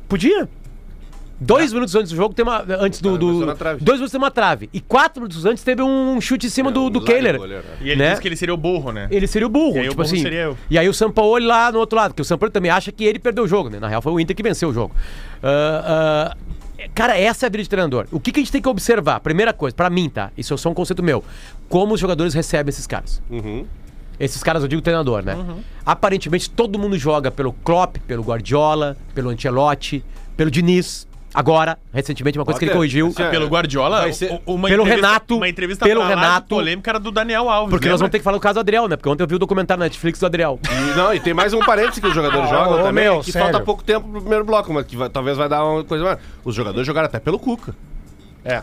Speaker 2: Podia. Dois minutos antes do jogo tem uma. Antes do.
Speaker 6: Ah, mas
Speaker 2: do-
Speaker 6: foi na trave.
Speaker 2: dois minutos tem uma trave. E quatro minutos antes teve um chute em cima
Speaker 6: É,
Speaker 2: do,
Speaker 6: um
Speaker 2: do
Speaker 6: zagueiro,
Speaker 2: Kehler.
Speaker 6: goleiro, né?
Speaker 4: E ele
Speaker 2: né?
Speaker 4: disse que ele seria o burro, né?
Speaker 2: Ele seria o burro,
Speaker 4: E aí o
Speaker 2: tipo
Speaker 4: burro
Speaker 2: assim.
Speaker 4: seria eu.
Speaker 2: E aí o Sampaoli lá no outro lado, porque o Sampaoli também acha que ele perdeu o jogo, né? Na real, foi o Inter que venceu o jogo. Ah, ah, cara, essa é a vida de treinador. O que, que a gente tem que observar? Primeira coisa, pra mim, tá? Isso é só um conceito meu. Como os jogadores recebem esses caras.
Speaker 6: Uhum.
Speaker 2: Esses caras, eu digo treinador, né?
Speaker 4: Uhum.
Speaker 2: Aparentemente todo mundo joga pelo Klopp, pelo Guardiola, pelo Ancelotti, pelo Diniz. Agora, recentemente, uma coisa que ele
Speaker 6: Potter,
Speaker 2: corrigiu.
Speaker 6: essa é-
Speaker 4: Ah, Pelo Guardiola,
Speaker 6: Vai ser-
Speaker 4: o- uma
Speaker 2: pelo
Speaker 4: entrevista-
Speaker 2: Renato,
Speaker 4: uma entrevista
Speaker 2: pelo
Speaker 4: pra lá de
Speaker 2: Renato.
Speaker 4: polêmica era do Daniel Alves.
Speaker 2: Porque nós
Speaker 4: lembra?
Speaker 2: vamos ter que falar o caso do Adriel, né? Porque ontem eu vi o documentário na Netflix do Adriel.
Speaker 6: E, não, e tem mais um parênteses que os
Speaker 2: Ah,
Speaker 6: jogadores jogam
Speaker 3: ô,
Speaker 6: também,
Speaker 3: meu,
Speaker 6: que
Speaker 3: sério.
Speaker 6: falta pouco tempo pro primeiro bloco, mas que vai- talvez vai dar uma coisa mais. Os jogadores jogaram até pelo Cuca.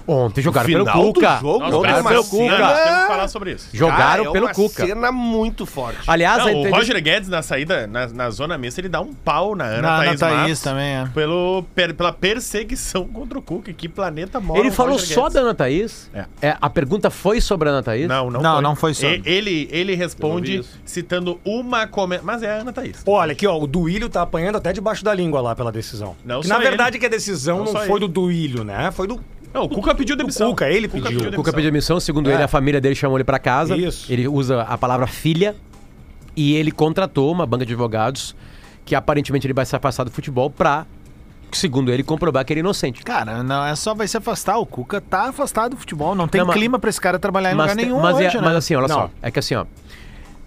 Speaker 2: Ontem jogaram pelo
Speaker 6: Final do
Speaker 2: Cuca.
Speaker 6: jogo,
Speaker 4: Nossa,
Speaker 6: ontem
Speaker 4: cara,
Speaker 6: uma
Speaker 4: pelo
Speaker 6: cena-
Speaker 4: Cuca. Nós temos que falar sobre isso.
Speaker 2: Jogaram
Speaker 6: Cara, é
Speaker 2: pelo
Speaker 6: uma
Speaker 2: Cuca.
Speaker 6: cena muito forte.
Speaker 2: Aliás, a
Speaker 4: Não, o
Speaker 2: entrevista-
Speaker 4: Roger Guedes, na saída, na, na zona mista, ele dá um pau na Ana
Speaker 1: Na Ana
Speaker 4: Thaís,
Speaker 1: Thaís
Speaker 4: Matos
Speaker 1: também, é.
Speaker 4: Pelo, per- pela perseguição contra o Cuca. Que planeta mora
Speaker 2: ele
Speaker 4: o
Speaker 2: falou
Speaker 4: Roger
Speaker 2: só
Speaker 4: Guedes?
Speaker 2: da Ana Thaís?
Speaker 4: É.
Speaker 2: É, a pergunta foi sobre a Ana Thaís?
Speaker 4: Não, não,
Speaker 1: Não,
Speaker 4: foi.
Speaker 1: não foi só.
Speaker 4: E- Ele, ele
Speaker 6: Eu
Speaker 4: responde
Speaker 6: não vi isso.
Speaker 4: citando uma comenda. Mas é a Ana Thaís.
Speaker 3: Olha aqui, ó, o Duílio tá apanhando até debaixo da língua lá pela decisão.
Speaker 4: Não
Speaker 3: Que,
Speaker 4: só
Speaker 3: na verdade
Speaker 4: ele.
Speaker 3: que a decisão
Speaker 4: Não
Speaker 3: não,
Speaker 4: só
Speaker 3: foi
Speaker 4: ele.
Speaker 3: do Duílio, né? Foi do
Speaker 4: Não, o Cuca pediu demissão.
Speaker 3: Cuca, ele pediu.
Speaker 2: O Cuca pediu demissão,
Speaker 1: É.
Speaker 2: segundo ele, a família dele chamou ele pra casa.
Speaker 3: Isso.
Speaker 2: Ele usa a palavra filha e ele contratou uma banca de advogados que aparentemente ele vai se afastar do futebol pra, segundo ele, comprovar que ele é inocente.
Speaker 1: Cara, não é só vai se afastar. O Cuca tá afastado do futebol. Não tem
Speaker 2: Não, mas-
Speaker 1: clima pra esse cara trabalhar em
Speaker 2: mas,
Speaker 1: lugar
Speaker 2: te-
Speaker 1: nenhum
Speaker 2: mas é-
Speaker 1: hoje, né?
Speaker 2: mas assim, olha
Speaker 3: Não.
Speaker 2: só. É que assim, ó.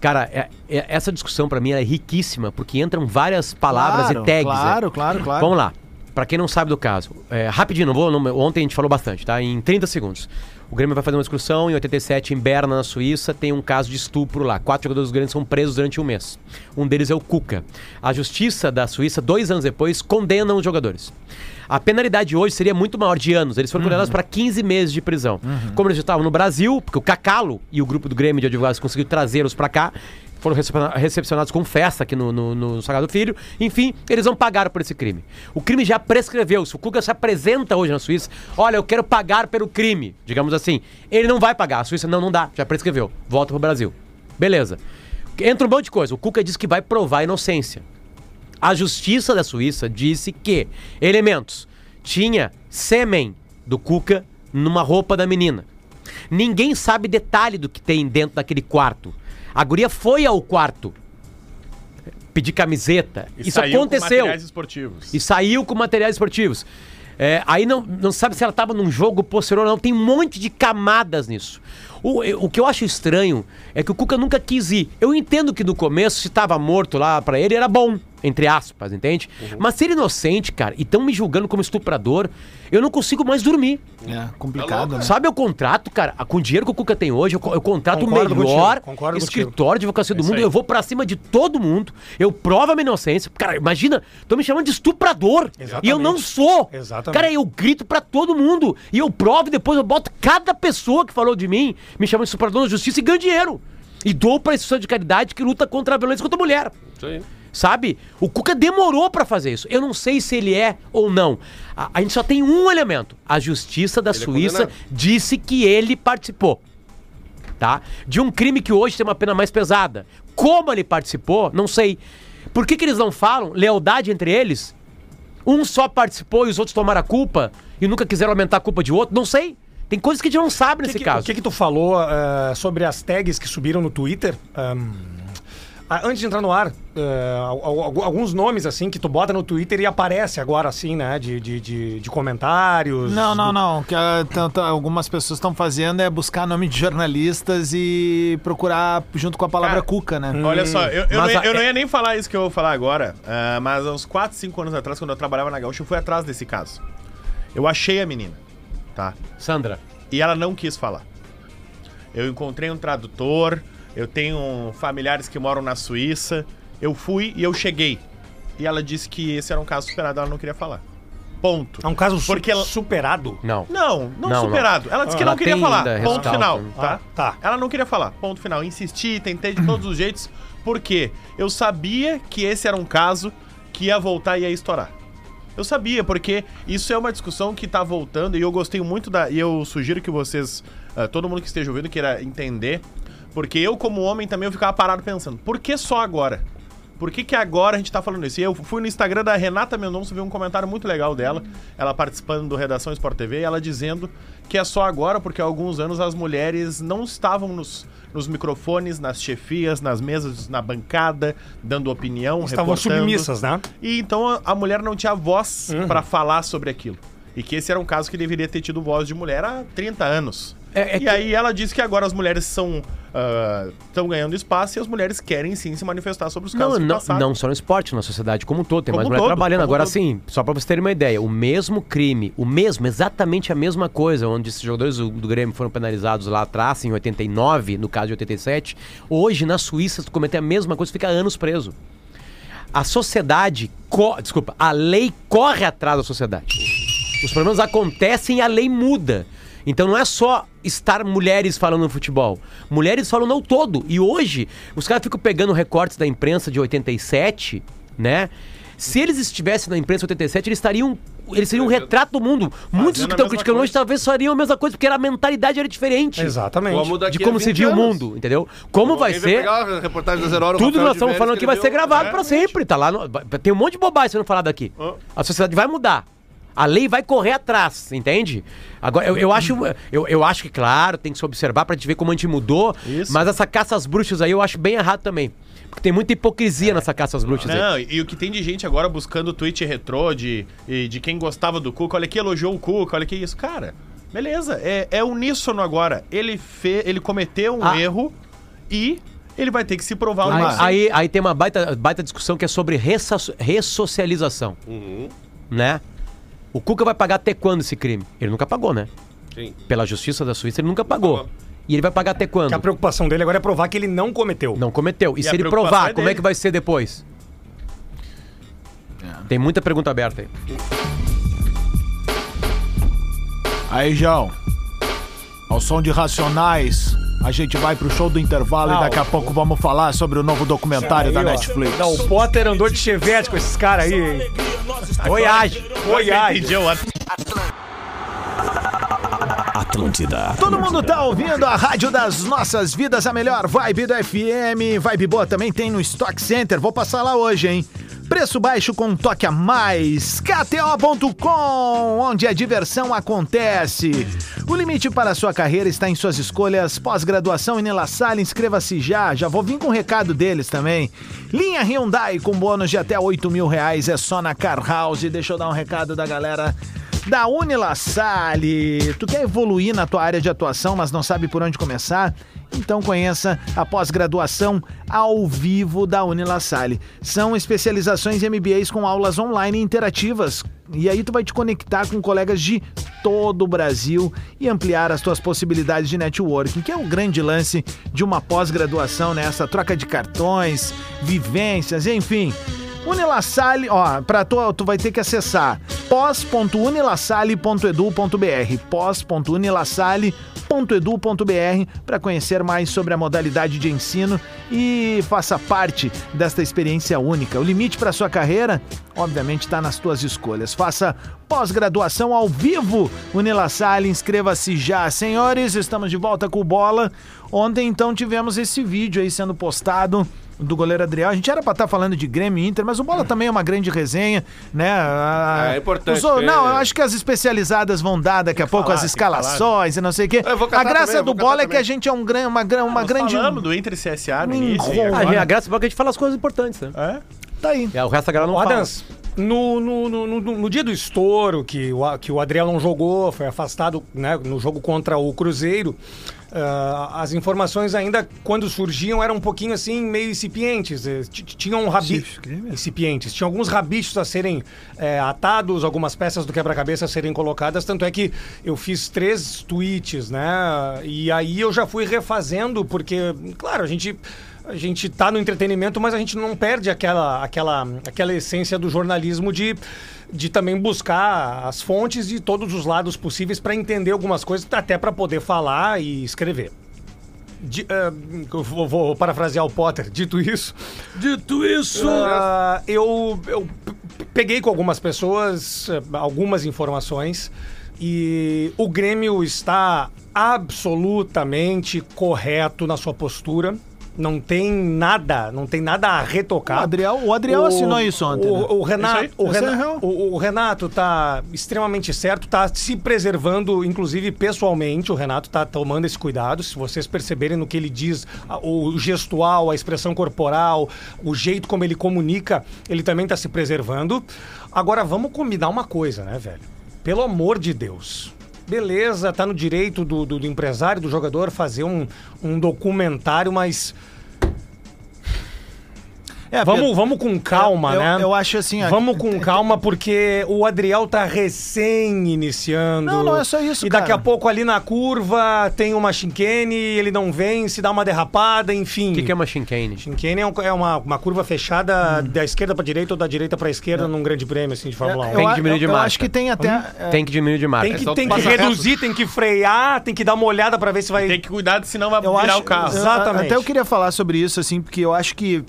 Speaker 2: Cara, é- é- essa discussão pra mim ela é riquíssima porque entram várias palavras
Speaker 1: Claro,
Speaker 2: e tags. né?
Speaker 1: Claro, claro, claro.
Speaker 2: Vamos lá. Pra quem não sabe do caso, é, rapidinho, não vou, não- ontem a gente falou bastante, tá? Em 30 segundos. O Grêmio vai fazer uma excursão em 87 em Berna, na Suíça, tem um caso de estupro lá. Quatro jogadores do Grêmio são presos durante um mês. Um deles é o Cuca. A justiça da Suíça, dois anos depois, condena os jogadores. A penalidade hoje seria muito maior de anos. Eles foram condenados para 15 meses de prisão. Como eles estavam no Brasil, porque o Cacalo e o grupo do Grêmio de advogados conseguiu trazê-los para cá, foram recepciona- recepcionados com festa aqui no, no, no Sagrado Filho. Enfim, eles não pagaram por esse crime. O crime já prescreveu. Se o Cuca se apresenta hoje na Suíça, olha, eu quero pagar pelo crime, digamos assim. Ele não vai pagar. A Suíça, não, não dá. Já prescreveu. Volta pro Brasil. Beleza. Entra um monte de coisa. O Cuca diz que vai provar a inocência. A justiça da Suíça disse que elementos tinha sêmen do Cuca numa roupa da menina. Ninguém sabe detalhe do que tem dentro daquele quarto. A guria foi ao quarto pedir camiseta. Isso
Speaker 4: saiu com
Speaker 2: aconteceu.
Speaker 4: materiais esportivos.
Speaker 2: E saiu com materiais esportivos. É, aí não, não sabe se ela estava num jogo posterior ou não. Tem um monte de camadas nisso. O, eu- o que eu acho estranho é que o Cuca nunca quis ir. Eu entendo que no começo, se estava morto lá pra ele, era bom, entre aspas, entende? Mas ser inocente, cara, e tão me julgando como estuprador, eu não consigo mais dormir.
Speaker 1: É,
Speaker 2: Tá
Speaker 1: complicado, né?
Speaker 2: Sabe, eu contrato, cara, com o dinheiro que o Cuca tem hoje, eu, co- eu contrato o
Speaker 3: Concordo
Speaker 2: melhor
Speaker 3: contigo, concordo contigo. É
Speaker 2: escritório de advocacia do
Speaker 4: isso
Speaker 2: mundo,
Speaker 4: aí.
Speaker 2: eu vou pra cima de todo mundo, eu provo a minha inocência. Cara, imagina, tô me chamando de estuprador.
Speaker 3: Exatamente.
Speaker 2: E eu não sou.
Speaker 3: Exatamente.
Speaker 2: Cara, eu grito pra todo mundo. E eu provo e depois eu boto cada pessoa que falou de mim, me chama de estuprador na justiça e ganho dinheiro. E dou pra instituição de caridade que luta contra a violência contra a mulher.
Speaker 6: Isso aí.
Speaker 2: Sabe? O Cuca demorou pra fazer isso. Eu não sei se ele é ou não. A, a gente só tem um elemento. A justiça da
Speaker 6: é
Speaker 2: Suíça
Speaker 6: condenado.
Speaker 2: disse que ele participou. Tá? De um crime que hoje tem uma pena mais pesada. Como ele participou, não sei. Por que, que eles não falam lealdade entre eles? Um só participou e os outros tomaram a culpa e nunca quiseram aumentar a culpa de outro? Não sei. Tem coisas que a gente não sabe
Speaker 3: que
Speaker 2: nesse
Speaker 3: que-
Speaker 2: caso.
Speaker 3: O que, que tu falou eh, sobre as tags que subiram no Twitter? Ahm, ah, antes de entrar no ar, eh, al- al- alguns nomes assim que tu bota no Twitter e aparece agora assim, né? De, de, de, de comentários.
Speaker 1: Não, não,
Speaker 3: do-
Speaker 1: não. O que ah, tá- tá- algumas pessoas estão fazendo é buscar nome de jornalistas e procurar junto com a palavra
Speaker 4: Cara,
Speaker 1: cuca, né?
Speaker 4: Olha só, eu, eu, não,
Speaker 2: Mas
Speaker 4: ia-
Speaker 2: a-
Speaker 4: eu não ia nem falar isso que eu vou falar agora, ah, mas há uns 4, 5 anos atrás, quando eu trabalhava na Gaúcha, eu fui atrás desse caso. Eu achei a menina, tá?
Speaker 2: Sandra.
Speaker 4: E ela não quis falar. Eu encontrei um tradutor, eu tenho familiares que moram na Suíça. Eu fui e eu cheguei. E ela disse que esse era um caso superado, ela não queria falar. Ponto.
Speaker 3: É um caso su-
Speaker 4: Porque ela- Uhum.
Speaker 3: superado.
Speaker 2: Não.
Speaker 4: Não, não,
Speaker 2: Não,
Speaker 4: superado. Ela disse que
Speaker 2: Ela
Speaker 4: não queria
Speaker 2: tem
Speaker 4: falar.
Speaker 2: ainda
Speaker 4: Ponto
Speaker 2: resultado,
Speaker 4: final,
Speaker 2: né?
Speaker 4: tá?
Speaker 3: tá.
Speaker 4: Ela não queria falar. Ponto final. Insisti, tentei de todos os jeitos, porque eu sabia que esse era um caso que ia voltar e ia estourar. Eu sabia, porque isso é uma discussão que tá voltando e eu gostei muito da. E eu sugiro que vocês, ah, todo mundo que esteja ouvindo, queira entender. Porque eu, como homem, também eu ficava parado pensando, por que só agora? Por que, que agora a gente tá falando isso? E eu fui no Instagram da Renata Mendonça, vi um comentário muito legal dela, ela participando do Redação Sport TV, e ela dizendo que é só agora, porque há alguns anos as mulheres não estavam nos, nos microfones, nas chefias, nas mesas, na bancada, dando opinião,
Speaker 3: Estavam
Speaker 4: reportando.
Speaker 3: submissas, né?
Speaker 4: E então a- a mulher não tinha voz
Speaker 2: Uhum.
Speaker 4: pra falar sobre aquilo. E que esse era um caso que deveria ter tido voz de mulher há 30 anos.
Speaker 2: É- é
Speaker 4: e
Speaker 2: que-
Speaker 4: aí ela diz que agora as mulheres são estão ganhando espaço e as mulheres querem sim se manifestar sobre os casos
Speaker 2: Não,
Speaker 4: que
Speaker 2: não,
Speaker 4: passaram.
Speaker 2: não só no esporte, na sociedade como um todo. Tem
Speaker 4: Como
Speaker 2: mais
Speaker 4: um
Speaker 2: mulher
Speaker 4: todo,
Speaker 2: trabalhando.
Speaker 4: como um
Speaker 2: Agora
Speaker 4: todo.
Speaker 2: sim, só pra você terem uma ideia, o mesmo crime, o mesmo, exatamente a mesma coisa, onde esses jogadores do, do Grêmio foram penalizados lá atrás, em 89, no caso de 87, hoje na Suíça, se tu cometer a mesma coisa, tu fica anos preso. A sociedade, co- desculpa, a lei corre atrás da sociedade. Os problemas acontecem e a lei muda. Então não é só estar mulheres falando no futebol. Mulheres falam não todo. E hoje, os caras ficam pegando recortes da imprensa de 87, né? Se eles estivessem na imprensa de 87, eles estariam. Eles seriam um retrato do mundo.
Speaker 4: Fazendo
Speaker 2: Muitos que
Speaker 4: a
Speaker 2: estão
Speaker 4: mesma
Speaker 2: criticando hoje
Speaker 4: coisa.
Speaker 2: talvez fariam a mesma coisa, porque era- a mentalidade era diferente.
Speaker 3: Exatamente.
Speaker 6: Como daqui
Speaker 2: De
Speaker 6: a
Speaker 2: como se
Speaker 6: 20
Speaker 2: via o
Speaker 6: anos.
Speaker 2: mundo, entendeu? Como vai
Speaker 6: Alguém vai
Speaker 2: ser.
Speaker 6: pegar a reportagem da Zero Hora, o
Speaker 2: Tudo que
Speaker 6: Rafael
Speaker 2: nós estamos
Speaker 6: de Vélez,
Speaker 2: falando
Speaker 6: que
Speaker 2: aqui vai
Speaker 6: ele
Speaker 2: ser
Speaker 6: deu,
Speaker 2: gravado
Speaker 6: né?
Speaker 2: pra sempre. Tá lá no- vai- Tem um monte de bobagem sendo falada aqui. A sociedade vai mudar. A lei vai correr atrás, entende? Agora, eu, eu acho, eu, eu acho que, claro, tem que se observar pra gente ver como a gente mudou.
Speaker 4: Isso.
Speaker 2: Mas essa caça às bruxas aí eu acho bem errado também. Porque tem muita hipocrisia
Speaker 6: É.
Speaker 2: nessa caça às bruxas
Speaker 6: Né?
Speaker 2: aí.
Speaker 4: Não, e o que tem de gente agora buscando tweet retrô de, e de quem gostava do Cuca, olha que elogiou o Cuca, olha que isso. Cara, beleza, é, é uníssono agora. Ele, fe, ele cometeu um
Speaker 2: Ah.
Speaker 4: erro e ele vai ter que se provar
Speaker 2: Aí,
Speaker 4: inocente.
Speaker 2: aí, é
Speaker 6: Uhum.
Speaker 2: aí tem uma baita, baita discussão que é sobre ressa- ressocialização. Né? O Cuca vai pagar até quando esse crime? Ele nunca pagou, né?
Speaker 6: Sim.
Speaker 2: Pela justiça da Suíça, ele nunca pagou.
Speaker 6: pagou.
Speaker 2: E ele vai pagar até quando?
Speaker 3: Que a preocupação dele agora é provar que ele não cometeu.
Speaker 2: Não cometeu. E,
Speaker 4: a
Speaker 2: se ele
Speaker 4: preocupação
Speaker 2: provar,
Speaker 4: é
Speaker 2: como é
Speaker 4: dele.
Speaker 2: que vai ser depois? Tem muita pergunta aberta aí.
Speaker 1: Aí, João. Ao som de Racionais, a gente vai pro show do intervalo
Speaker 3: Ah,
Speaker 1: e daqui a
Speaker 3: o-
Speaker 1: pouco vamos falar sobre o novo documentário da
Speaker 3: Aí, ó.
Speaker 1: Netflix.
Speaker 3: Não, o Potter andou de chevette com esses caras aí, hein?
Speaker 2: Voyage!
Speaker 3: Goiás.
Speaker 4: Entendi, eu acho.
Speaker 1: Todo mundo tá ouvindo a rádio das nossas vidas, a melhor vibe do FM. Vibe boa também tem no Stock Center. Vou passar lá hoje, hein? Preço baixo com um toque a mais. KTO.com, onde a diversão acontece. O limite para a sua carreira está em suas escolhas. Pós-graduação em Nela Salle, inscreva-se já. Já vou vir com um recado deles também. Linha Hyundai com bônus de até 8 mil reais. É só na Car House. Deixa eu dar um recado da galera da Unilassale. Tu quer evoluir na tua área de atuação, mas não sabe por onde começar? Então conheça a pós-graduação ao vivo da Unilassale. São especializações e MBAs com aulas online interativas. E aí tu vai te conectar com colegas de todo o Brasil e ampliar as tuas possibilidades de networking, que é o grande lance de uma pós-graduação, né? Essa troca de cartões, vivências, enfim. Unilassale, ó, pra tu, tu vai ter que acessar pós.unilassale.edu.br pós.unilassale.edu.br para conhecer mais sobre a modalidade de ensino e faça parte desta experiência única. O limite para sua carreira, obviamente, está nas tuas escolhas. Faça pós-graduação ao vivo, Unilassale, inscreva-se já. Senhores, estamos de volta com o Bola. Ontem, então, tivemos esse vídeo aí sendo postado do goleiro Adriel. A gente era pra estar falando de Grêmio e Inter, mas o Bola também é uma grande resenha, né? A-
Speaker 6: Hum. Ah, é importante,
Speaker 1: os o-
Speaker 6: porque-
Speaker 1: Não, eu acho que as especializadas vão dar daqui a pouco as escalações e não sei o quê.
Speaker 6: Eu vou
Speaker 1: A
Speaker 6: catar
Speaker 1: graça
Speaker 6: também, eu
Speaker 1: do
Speaker 6: vou catar
Speaker 1: Bola é que
Speaker 6: também.
Speaker 1: a gente é um gran, uma, gran, uma grande... um. Hum,
Speaker 4: Falamos do Inter e CSA no início. e
Speaker 1: Enrolo.
Speaker 2: A,
Speaker 4: agora-
Speaker 2: gente- a graça é que a gente fala as coisas importantes, né?
Speaker 4: É?
Speaker 1: Tá aí.
Speaker 2: É, o resto da galera não
Speaker 3: Ô,
Speaker 2: fala.
Speaker 3: Adams, no, no, no, no- no dia do estouro, que o, A- que o Adriel não jogou, foi afastado né, no jogo contra o Cruzeiro, ah, as informações ainda, quando surgiam, eram um pouquinho assim, meio incipientes. eh, t- t- Tinham rabichos. Incipientes. Tinha alguns rabichos a serem eh, atados, algumas peças do quebra-cabeça a serem colocadas. Tanto é que eu fiz três tweets, né? E aí eu já fui refazendo, porque, claro, a gente. A gente tá no entretenimento, mas a gente não perde aquela, aquela, aquela essência do jornalismo de, de também buscar as fontes de todos os lados possíveis para entender algumas coisas, até para poder falar e escrever. Di- ah, eu vou, vou parafrasear o Potter. Dito isso. Dito isso! eu, eu p- peguei com algumas pessoas ah, algumas informações e o Grêmio está absolutamente correto na sua postura. Não tem nada, não tem nada a retocar.
Speaker 1: O Adriel- o Adriel assinou isso ontem,
Speaker 3: O,
Speaker 1: né?
Speaker 3: o Renato,
Speaker 4: Isso aí,
Speaker 3: o,
Speaker 1: isso aí,
Speaker 3: Renato
Speaker 1: Real.
Speaker 3: o, o Renato tá extremamente certo, tá se preservando, inclusive pessoalmente. O Renato tá tomando esse cuidado. Se vocês perceberem no que ele diz, a- o gestual, a expressão corporal, o jeito como ele comunica, ele também tá se preservando. Agora vamos combinar uma coisa, né, velho? Pelo amor de Deus. Beleza, tá no direito do, do- do empresário, do jogador, fazer um, um documentário, mas
Speaker 1: É,
Speaker 3: vamos, vamos com calma,
Speaker 1: eu-
Speaker 3: né?
Speaker 1: eu acho assim, a-
Speaker 3: Vamos com calma, porque o Adriel tá recém-iniciando.
Speaker 1: Não, não é só isso,
Speaker 3: E daqui
Speaker 1: cara.
Speaker 3: a pouco ali na curva tem uma chinquene, ele não vem, se dá uma derrapada, enfim.
Speaker 2: O que, que é uma chincane?
Speaker 3: Chinquene é, um- é uma, uma curva fechada
Speaker 1: Hum.
Speaker 3: da esquerda pra direita ou da direita pra esquerda num grande prêmio, assim, de Fórmula 1.
Speaker 1: É. Eu,
Speaker 2: Tem
Speaker 1: a-
Speaker 2: que diminuir de
Speaker 1: eu, eu
Speaker 2: marca.
Speaker 1: acho que tem até... é,
Speaker 2: Tem que diminuir de marca.
Speaker 3: Tem que,
Speaker 6: só
Speaker 3: tem que
Speaker 6: passa reto.
Speaker 3: reduzir, tem que frear, tem que dar uma olhada pra ver se vai...
Speaker 4: Tem que cuidar, senão vai
Speaker 1: eu
Speaker 4: virar
Speaker 1: acho,
Speaker 4: o carro.
Speaker 1: eu-
Speaker 3: Exatamente.
Speaker 1: até eu queria falar sobre isso, assim, porque eu acho que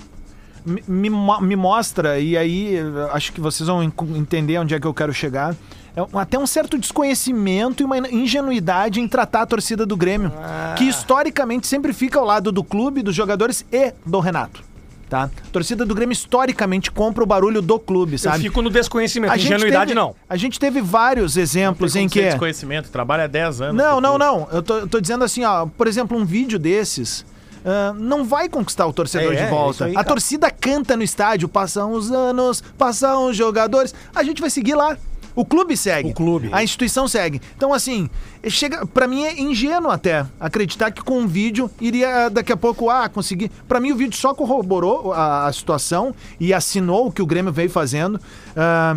Speaker 1: me- me, mo- me mostra, e aí eh, acho que vocês vão en- entender onde é que eu quero chegar. É um- até um certo desconhecimento e uma in- ingenuidade em tratar a torcida do Grêmio,
Speaker 3: Ah.
Speaker 1: que historicamente sempre fica ao lado do clube, dos jogadores e do Renato. Tá? A torcida do Grêmio historicamente compra o barulho do clube,
Speaker 3: Eu
Speaker 1: sabe?
Speaker 3: fico no desconhecimento,
Speaker 1: gente
Speaker 3: ingenuidade
Speaker 1: teve-
Speaker 3: não.
Speaker 1: A gente teve vários exemplos em
Speaker 4: Tem
Speaker 1: que.
Speaker 4: desconhecimento, trabalha há 10 anos.
Speaker 1: Não,
Speaker 4: Pô,
Speaker 1: não, não. Eu tô, eu tô dizendo assim, ó, por exemplo, um vídeo desses. ah, não vai conquistar o torcedor
Speaker 3: É, é,
Speaker 1: de volta.
Speaker 3: isso aí,
Speaker 1: a
Speaker 3: cara.
Speaker 1: torcida canta no estádio, passam os anos, passam os jogadores. A gente vai seguir lá. O clube segue.
Speaker 3: O clube.
Speaker 1: A instituição segue. Então, assim, chega. para mim é ingênuo até acreditar que com um vídeo iria daqui a pouco, ah, conseguir. Pra mim, o vídeo só corroborou a, a situação e assinou o que o Grêmio veio fazendo. Ah,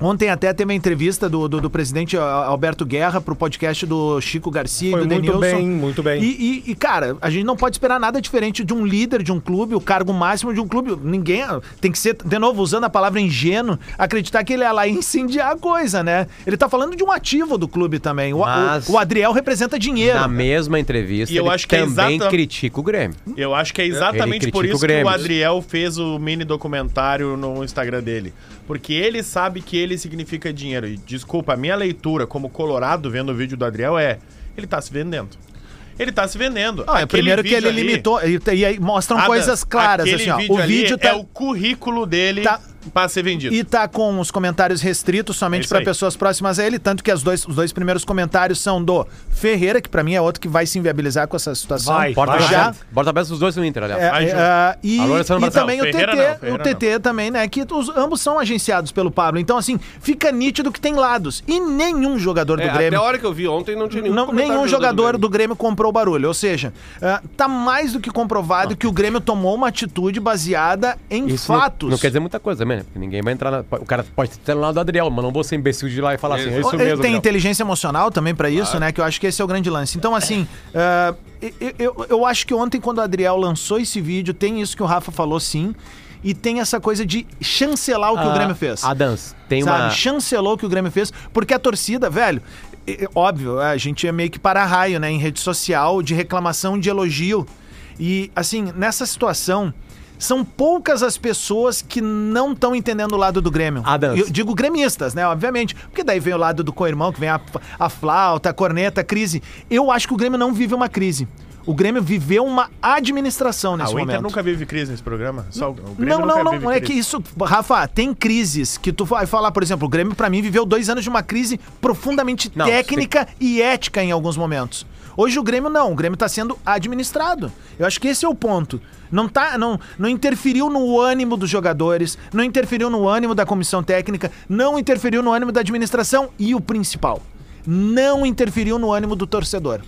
Speaker 1: Ontem até teve uma entrevista do, do, do presidente Al- Alberto Guerra pro podcast do Chico Garcia e
Speaker 3: Foi
Speaker 1: do
Speaker 3: muito
Speaker 1: Denilson.
Speaker 3: bem, muito bem.
Speaker 1: E, e- e, cara, a gente não pode esperar nada diferente de um líder de um clube, o cargo máximo de um clube. Ninguém tem que ser, de novo, usando a palavra ingênuo, acreditar que ele é lá e incendiar a coisa, né? Ele tá falando de um ativo do clube também. O, o-
Speaker 2: Mas-
Speaker 1: o Adriel representa dinheiro.
Speaker 2: Na mesma entrevista,
Speaker 4: E eu
Speaker 2: ele
Speaker 4: acho que é
Speaker 2: também
Speaker 4: exata-
Speaker 2: critica o Grêmio.
Speaker 4: Eu acho que é exatamente
Speaker 2: Ele
Speaker 4: por
Speaker 2: critica
Speaker 4: isso
Speaker 2: o
Speaker 4: que o
Speaker 2: Grêmio.
Speaker 4: Adriel fez o mini documentário no Instagram dele. Porque ele sabe que ele significa dinheiro. E desculpa, a minha leitura como colorado vendo o vídeo do Adriel é: ele tá se vendendo. Ele tá se vendendo.
Speaker 1: Ah, é,
Speaker 4: Aquele
Speaker 1: primeiro que
Speaker 4: vídeo
Speaker 1: ele
Speaker 4: ali-
Speaker 1: limitou. E, e aí mostram
Speaker 4: Adam,
Speaker 1: coisas claras,
Speaker 4: aquele
Speaker 1: assim, ó.
Speaker 4: Vídeo
Speaker 1: o vídeo
Speaker 4: tá...
Speaker 1: tá.
Speaker 4: é o currículo dele
Speaker 1: tá-
Speaker 4: pra ser vendido.
Speaker 1: E tá com os comentários restritos
Speaker 4: É
Speaker 1: somente
Speaker 4: isso
Speaker 1: pra
Speaker 4: aí.
Speaker 1: pessoas próximas a ele, tanto que as dois, os dois primeiros comentários são do Ferreira, que pra mim é outro que vai se inviabilizar com essa situação.
Speaker 3: Vai,
Speaker 2: Porta
Speaker 3: vai.
Speaker 1: já.
Speaker 2: aberta. Porta aberta dos dois no Inter, aliás.
Speaker 1: É,
Speaker 4: Vai,
Speaker 1: é,
Speaker 4: Ju.
Speaker 1: ah, e,
Speaker 2: Alô, Alessandro
Speaker 1: e
Speaker 2: Barcelos.
Speaker 1: também o TT,
Speaker 4: Ferreira não, Ferreira
Speaker 1: o TT também, né? Que os, ambos são agenciados pelo Pablo. Então, assim, fica nítido que tem lados. E nenhum jogador
Speaker 6: É,
Speaker 1: do
Speaker 6: até
Speaker 1: Grêmio.
Speaker 6: a hora que eu vi ontem não tinha nenhum
Speaker 1: Não,
Speaker 6: comentário
Speaker 1: nenhum jogador
Speaker 6: Grêmio.
Speaker 1: do Grêmio comprou o barulho. Ou seja, ah, tá mais do que comprovado que o Grêmio tomou uma atitude baseada em
Speaker 2: Isso não-
Speaker 1: fatos.
Speaker 2: Não, quer dizer muita coisa também, né? Porque ninguém vai entrar na. O cara pode ter lá do Adriel, mas não vou ser imbecil de ir lá e falar assim. É
Speaker 6: Exato.
Speaker 2: isso
Speaker 1: Ele
Speaker 2: mesmo.
Speaker 1: tem
Speaker 2: Adriel.
Speaker 1: inteligência emocional também pra isso, né? Que eu acho que esse é o grande lance. Então, assim, ah, eu, eu- eu acho que ontem, quando o Adriel lançou esse vídeo, tem isso que o Rafa falou, sim. E tem essa coisa de chancelar o que o
Speaker 2: Ah,
Speaker 1: Grêmio fez.
Speaker 2: Adams, tem
Speaker 1: sabe?
Speaker 2: uma.
Speaker 1: Chancelou o que o Grêmio fez, porque a torcida, velho, é- é óbvio, a gente é meio que para raio, né, em rede social, de reclamação, de elogio. E, assim, nessa situação, são poucas as pessoas que não estão entendendo o lado do Grêmio.
Speaker 2: Adams.
Speaker 1: Eu digo gremistas, né, obviamente, porque daí vem o lado do co-irmão, que vem a, a flauta, a corneta, a crise. Eu acho que o Grêmio não vive uma crise. O Grêmio viveu uma administração
Speaker 4: Ah,
Speaker 1: nesse
Speaker 4: o Inter
Speaker 1: momento.
Speaker 4: nunca vive crise nesse programa? Só o o Grêmio
Speaker 1: Não,
Speaker 4: nunca
Speaker 1: não, não.
Speaker 4: vive
Speaker 1: não É
Speaker 4: crise.
Speaker 1: que isso, Rafa, tem crises que tu vai falar, por exemplo, o Grêmio, pra mim, viveu dois anos de uma crise profundamente
Speaker 2: Não,
Speaker 1: técnica e ética em alguns momentos. Hoje o Grêmio não, o Grêmio tá sendo administrado. Eu acho que esse é o ponto. Não, tá, não, não interferiu no ânimo dos jogadores, não interferiu no ânimo da comissão técnica, não interferiu no ânimo da administração e o principal, não interferiu no ânimo do torcedor.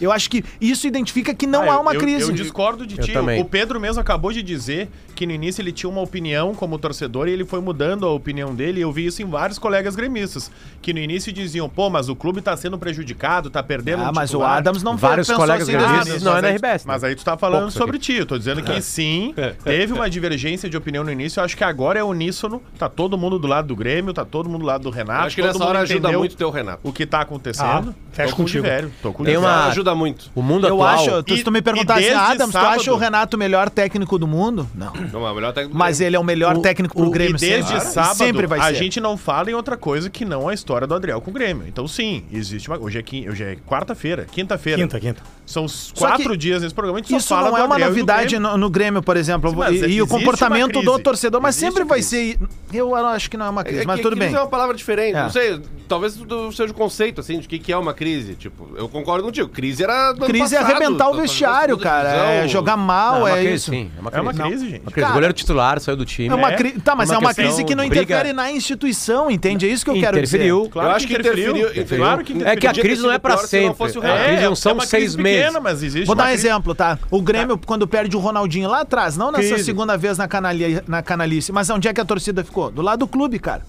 Speaker 1: Eu acho que isso identifica que não
Speaker 4: Ah,
Speaker 1: há
Speaker 4: eu-
Speaker 1: uma
Speaker 4: eu-
Speaker 1: crise.
Speaker 4: Eu discordo de
Speaker 2: Eu
Speaker 4: ti.
Speaker 2: também.
Speaker 4: O Pedro mesmo acabou de dizer que no início ele tinha uma opinião como torcedor e ele foi mudando a opinião dele. E eu vi isso em vários colegas gremistas, que no início diziam, pô, mas o clube tá sendo prejudicado, tá perdendo
Speaker 1: ah,
Speaker 4: um
Speaker 1: mas o
Speaker 4: titular."
Speaker 1: Adams não
Speaker 2: Vários
Speaker 1: pensou
Speaker 2: colegas
Speaker 4: assim,
Speaker 1: desde o
Speaker 2: gremistas
Speaker 1: início.
Speaker 2: não é
Speaker 4: mas
Speaker 2: na
Speaker 4: aí-
Speaker 2: RBS, né?
Speaker 4: Mas aí tu tá falando
Speaker 2: Poucos
Speaker 4: sobre ti. Eu tô dizendo que sim, teve uma divergência de opinião no início. Eu acho que agora é uníssono. Tá todo mundo do lado do Grêmio, tá todo mundo do lado do
Speaker 6: Eu
Speaker 4: Renato.
Speaker 6: Acho que
Speaker 4: todo
Speaker 6: nessa
Speaker 4: mundo
Speaker 6: hora ajuda
Speaker 4: entendeu
Speaker 6: muito ter o Renato.
Speaker 4: O que tá acontecendo.
Speaker 3: Ah, fecha
Speaker 4: Tô com o de
Speaker 3: contigo.
Speaker 4: velho, Tô com
Speaker 2: Tem
Speaker 4: o de
Speaker 2: uma-
Speaker 4: velho.
Speaker 6: Ajuda muito.
Speaker 2: O mundo
Speaker 1: Eu
Speaker 2: atual.
Speaker 1: acho, tu- se
Speaker 4: E-
Speaker 1: tu me
Speaker 4: e
Speaker 1: perguntar assim,
Speaker 4: desde
Speaker 1: Adams, tu acha
Speaker 4: sábado-
Speaker 1: o Renato o melhor técnico do mundo? Não.
Speaker 6: Não, é o melhor técnico do
Speaker 1: Mas
Speaker 6: Grêmio.
Speaker 1: ele é o melhor
Speaker 2: O-
Speaker 1: técnico pro
Speaker 2: o-
Speaker 1: Grêmio
Speaker 4: E desde
Speaker 1: sempre.
Speaker 4: sábado,
Speaker 1: sempre vai
Speaker 4: a
Speaker 1: ser.
Speaker 4: gente não fala em outra coisa que não a história do Adriel com o Grêmio. Então, sim, existe uma. Hoje é, quin- hoje é quarta-feira, quinta-feira.
Speaker 3: Quinta, quinta.
Speaker 4: São os
Speaker 1: Só
Speaker 4: quatro
Speaker 1: que
Speaker 4: dias nesse programa. A gente só
Speaker 1: Isso
Speaker 4: fala
Speaker 1: não
Speaker 4: do
Speaker 1: é uma
Speaker 4: Adriel e do
Speaker 1: novidade
Speaker 4: Grêmio.
Speaker 1: no, no Grêmio, por exemplo.
Speaker 4: Sim,
Speaker 1: e-
Speaker 4: mas
Speaker 1: e, o
Speaker 4: existe uma
Speaker 1: comportamento do
Speaker 4: crise.
Speaker 1: torcedor, mas
Speaker 6: Existe
Speaker 1: sempre vai
Speaker 6: crise.
Speaker 1: ser. Eu acho que não é uma crise,
Speaker 6: É
Speaker 1: mas
Speaker 6: que
Speaker 1: tudo
Speaker 6: crise
Speaker 1: bem.
Speaker 6: é uma palavra diferente.
Speaker 1: É.
Speaker 6: Não sei, talvez do- seja o conceito, assim, de o que, que é uma crise. Tipo, eu concordo contigo. Crise era. do ano
Speaker 1: Crise é
Speaker 6: passado,
Speaker 1: arrebentar o
Speaker 6: tá- tá-
Speaker 1: vestiário,
Speaker 6: tá-
Speaker 1: cara. É
Speaker 6: divisão.
Speaker 1: jogar
Speaker 2: Não,
Speaker 1: mal,
Speaker 2: uma
Speaker 1: é
Speaker 2: crise,
Speaker 1: isso.
Speaker 2: sim, é uma
Speaker 4: É
Speaker 2: crise.
Speaker 4: uma crise, gente.
Speaker 2: Uma crise.
Speaker 1: Cara-
Speaker 2: O goleiro titular saiu do time.
Speaker 1: É uma
Speaker 4: É.
Speaker 1: cri... Tá, mas
Speaker 2: Uma
Speaker 1: é uma
Speaker 2: questão
Speaker 1: crise que não
Speaker 2: de briga.
Speaker 1: interfere na instituição, entende? É isso que eu quero dizer.
Speaker 2: Interferiu.
Speaker 4: Claro
Speaker 6: Eu
Speaker 4: que
Speaker 6: acho que
Speaker 4: interferiu.
Speaker 6: interferiu,
Speaker 4: Claro que
Speaker 6: interferiu.
Speaker 4: interferiu.
Speaker 2: É que a
Speaker 6: Podia ter
Speaker 2: crise não
Speaker 6: sido
Speaker 2: é pra
Speaker 6: pior se não
Speaker 2: sempre.
Speaker 6: fosse o
Speaker 2: É,
Speaker 6: Renato.
Speaker 2: a crise não são
Speaker 4: uma
Speaker 2: seis
Speaker 4: crise
Speaker 2: meses.
Speaker 4: mas existe
Speaker 1: Vou dar
Speaker 4: uma
Speaker 1: um
Speaker 4: crise.
Speaker 1: exemplo, tá? O Grêmio, quando perde o Ronaldinho lá atrás, não nessa
Speaker 4: Crise.
Speaker 1: segunda vez na, canali- na canalice, mas onde é que a torcida ficou? Do lado do clube, cara.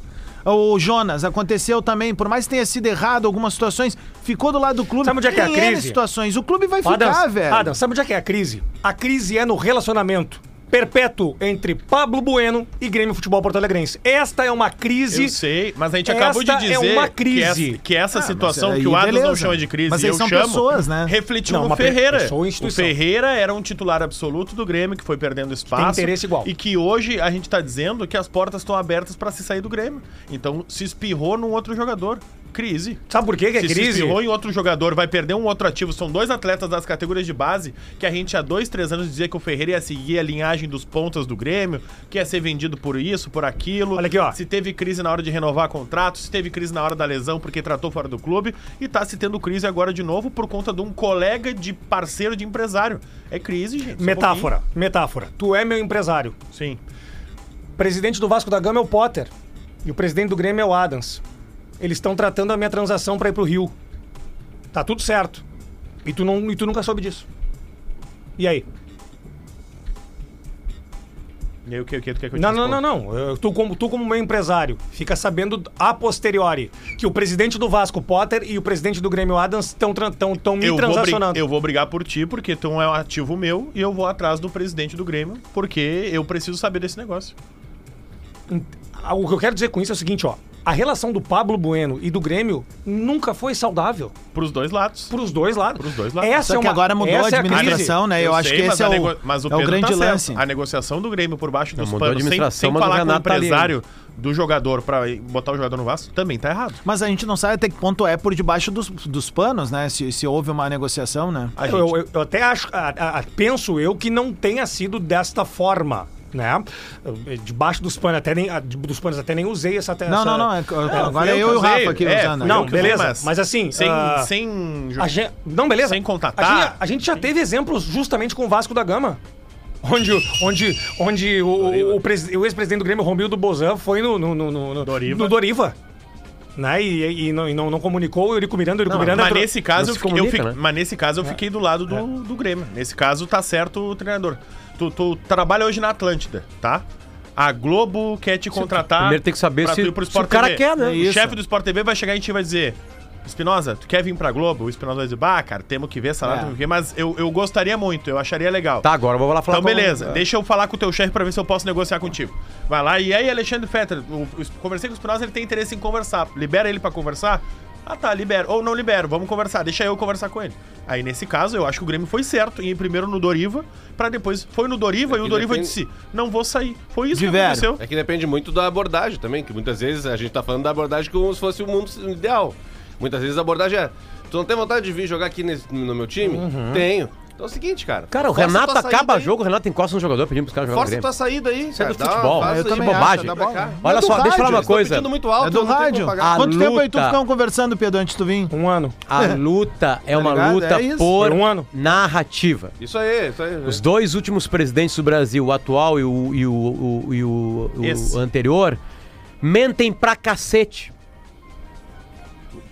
Speaker 1: O Jonas aconteceu também, por mais que tenha sido errado algumas situações, ficou do lado do clube.
Speaker 3: Sabe onde é que é a
Speaker 1: Tem N
Speaker 3: crise?
Speaker 1: situações. O clube vai ficar,
Speaker 3: Adams,
Speaker 1: velho.
Speaker 3: Adams, sabe onde é que é a crise? A crise é no relacionamento perpétuo entre Pablo Bueno e Grêmio Futebol Porto Alegrense. Esta é uma crise.
Speaker 4: Eu sei, mas a gente
Speaker 3: Esta
Speaker 4: acabou de
Speaker 3: é
Speaker 4: dizer
Speaker 3: uma
Speaker 4: que
Speaker 3: crise.
Speaker 4: essa, que essa situação
Speaker 1: aí
Speaker 4: que o Adams não
Speaker 1: beleza.
Speaker 4: chama de crise
Speaker 1: Mas
Speaker 4: e
Speaker 1: eles são
Speaker 4: eu chamo,
Speaker 1: pessoas, né?
Speaker 4: refletiu
Speaker 3: Não,
Speaker 4: no
Speaker 3: uma pe-
Speaker 4: Ferreira.
Speaker 3: pessoa e
Speaker 4: o
Speaker 3: instituição.
Speaker 4: Ferreira era um titular absoluto do Grêmio, que foi perdendo espaço.
Speaker 3: interesse igual.
Speaker 4: E que hoje a gente tá dizendo que as portas estão abertas para se sair do Grêmio. Então se espirrou num outro jogador. Crise.
Speaker 3: Sabe por quê que é
Speaker 4: se se
Speaker 3: crise?
Speaker 4: espirrou em outro jogador, vai perder um outro ativo. São dois atletas das categorias de base que a gente há dois, três anos dizia que o Ferreira ia seguir a linhagem dos pontas do Grêmio, que ia ser vendido por isso, por aquilo.
Speaker 3: Olha aqui, ó.
Speaker 4: Se teve crise na hora de renovar contrato, se teve crise na hora da lesão porque tratou fora do clube e tá se tendo crise agora de novo por conta de um colega de parceiro de empresário. É crise, gente. só um
Speaker 3: Metáfora, metáfora. Tu é meu empresário.
Speaker 4: pouquinho. Sim.
Speaker 3: presidente do Vasco da Gama é o Potter e o presidente do Grêmio é o Adams. Eles estão tratando a minha transação pra ir pro Rio. Tá tudo certo. E tu, não, e tu nunca soube disso. E aí?
Speaker 4: E aí o que, o que, o que, é que eu te
Speaker 3: Não, não,
Speaker 4: respondo?
Speaker 3: não, não. Eu- Tu como, tu, como meu empresário, fica sabendo a posteriori que o presidente do Vasco, Potter, e o presidente do Grêmio Adams estão me
Speaker 4: Eu vou, bri-
Speaker 3: transacionando.
Speaker 4: eu vou brigar por ti, porque tu é um ativo meu, e eu vou atrás do presidente do Grêmio, porque eu preciso saber desse negócio.
Speaker 3: Ah, O que eu quero dizer com isso é o seguinte, ó. A relação do Pablo Bueno e do Grêmio nunca foi saudável.
Speaker 4: Pros dois lados.
Speaker 3: Pros dois lados.
Speaker 4: Pros dois lados.
Speaker 3: Essa
Speaker 1: Só
Speaker 3: é
Speaker 1: que
Speaker 3: uma,
Speaker 1: agora mudou a
Speaker 3: essa é crise.
Speaker 1: administração, né? Eu, acho
Speaker 4: sei,
Speaker 1: que esse é
Speaker 4: a
Speaker 1: o,
Speaker 4: nego- mas o
Speaker 1: é o
Speaker 4: Pedro
Speaker 1: grande
Speaker 4: tá certo.
Speaker 1: lance. É,
Speaker 4: A negociação do Grêmio por baixo dos
Speaker 2: Não, mudou a
Speaker 4: panos, sem,
Speaker 2: administração,
Speaker 4: sem
Speaker 2: mas o
Speaker 4: falar com o
Speaker 2: Renato tá ali,
Speaker 4: empresário do jogador pra botar o jogador no Vasco, também tá errado.
Speaker 1: Mas a gente não sabe até que ponto é por debaixo dos, dos panos, né? Se, se houve uma negociação, né?
Speaker 4: A gente-
Speaker 3: Eu, eu- eu até acho, a- a- a- penso eu que não tenha sido desta forma, né? Eu- Debaixo dos panos, até nem, a- de- dos panos até nem usei essa. essa
Speaker 1: Não, não, não. é- agora
Speaker 4: fui
Speaker 1: eu,
Speaker 4: que
Speaker 1: e o Rafa
Speaker 4: usei.
Speaker 1: aqui
Speaker 4: É,
Speaker 1: usando.
Speaker 4: fui
Speaker 3: Não,
Speaker 4: eu que usei,
Speaker 3: beleza. Mas assim,
Speaker 4: Sem,
Speaker 3: ah,
Speaker 4: sem ju-
Speaker 3: a gen- não, beleza.
Speaker 4: Sem tá? contatar.
Speaker 3: A gen- a gente já teve exemplos justamente com o Vasco da Gama. Onde, onde, onde o, o, o presi- o ex-presidente do Grêmio, Romildo Bozan, foi no, no, no, no, no-
Speaker 4: Doriva.
Speaker 3: no Doriva. Né? E, e não, e não, não comunicou, o Eurico Miranda, o Eurico Miranda...
Speaker 4: mas
Speaker 3: entrou-
Speaker 4: nesse caso
Speaker 2: não
Speaker 4: eu
Speaker 2: se
Speaker 4: fiquei, eu
Speaker 2: comunica,
Speaker 4: fiquei-
Speaker 2: né? É.
Speaker 4: mas nesse caso eu fiquei do lado do, do Grêmio. Nesse caso tá certo o treinador. Tu, tu trabalha hoje na Atlântida, tá? A Globo quer te contratar.
Speaker 2: primeiro tem que saber
Speaker 4: pra
Speaker 2: se-
Speaker 4: tu ir pro
Speaker 2: se
Speaker 4: Sport
Speaker 2: o cara
Speaker 4: TV.
Speaker 2: quer, né?
Speaker 4: O
Speaker 2: Isso.
Speaker 4: chefe do Sport TV vai chegar em ti e vai dizer: Espinosa, tu quer vir pra Globo? O Espinosa vai dizer: Bah, cara, temos que ver salário,
Speaker 1: É.
Speaker 4: temos que ver, mas eu, eu gostaria muito, eu acharia legal.
Speaker 2: Tá, agora eu vou lá falar
Speaker 4: Então,
Speaker 2: com-
Speaker 4: beleza, deixa eu falar com o teu chefe pra ver se eu posso negociar contigo. Vai lá, e aí, Alexandre Fetter, o- o- conversei com o Spinoza, ele tem interesse em conversar. Libera ele pra conversar? Ah, tá, libera. Ou não libero, vamos conversar, deixa eu conversar com ele. Aí, nesse caso, eu acho que o Grêmio foi certo em ir primeiro no Doriva, pra depois. Foi no Doriva e o
Speaker 6: que
Speaker 4: Doriva
Speaker 6: depende-
Speaker 4: disse: não vou sair. Foi isso
Speaker 1: Tiveram.
Speaker 4: que aconteceu.
Speaker 6: É que depende muito da abordagem também, que muitas vezes a gente tá falando da abordagem como se fosse o mundo ideal. Muitas vezes a abordagem é: tu não tem vontade de vir jogar aqui nesse- no meu time?
Speaker 1: Uhum.
Speaker 6: Tenho. Então é o seguinte, cara.
Speaker 2: Cara, o
Speaker 6: força
Speaker 2: Renato
Speaker 6: tua saída
Speaker 2: acaba
Speaker 6: aí.
Speaker 2: jogo, o Renato encosta no jogador pedindo pros caras jogarem no
Speaker 6: Força
Speaker 2: Grêmio.
Speaker 6: tua saída aí.
Speaker 2: Isso é
Speaker 6: cara.
Speaker 2: do
Speaker 6: Dá uma- faz
Speaker 2: futebol, né?
Speaker 1: Eu
Speaker 6: isso aí,
Speaker 1: também
Speaker 6: baixa,
Speaker 1: acho,
Speaker 6: dá
Speaker 1: é
Speaker 6: pra
Speaker 1: da
Speaker 6: cá.
Speaker 1: bola.
Speaker 2: Olha
Speaker 1: É do
Speaker 2: só, deixa eu falar
Speaker 1: rádio,
Speaker 2: uma
Speaker 1: eles tão
Speaker 2: coisa.
Speaker 6: Tá pedindo muito alto,
Speaker 1: É do
Speaker 6: não tem como
Speaker 1: rádio.
Speaker 6: pagar.
Speaker 2: A
Speaker 1: Quanto tempo aí tu
Speaker 2: luta.
Speaker 1: ficam conversando, Pedro, antes tu vir?
Speaker 3: Um ano.
Speaker 2: A luta
Speaker 6: Tá
Speaker 2: é uma
Speaker 1: ligado?
Speaker 2: luta
Speaker 1: É isso.
Speaker 2: por
Speaker 3: Por um ano.
Speaker 2: narrativa.
Speaker 6: Isso aí, isso aí.
Speaker 2: Os dois últimos presidentes do Brasil, o atual e o, e o, o- e o- o
Speaker 4: Esse.
Speaker 2: anterior, mentem pra cacete.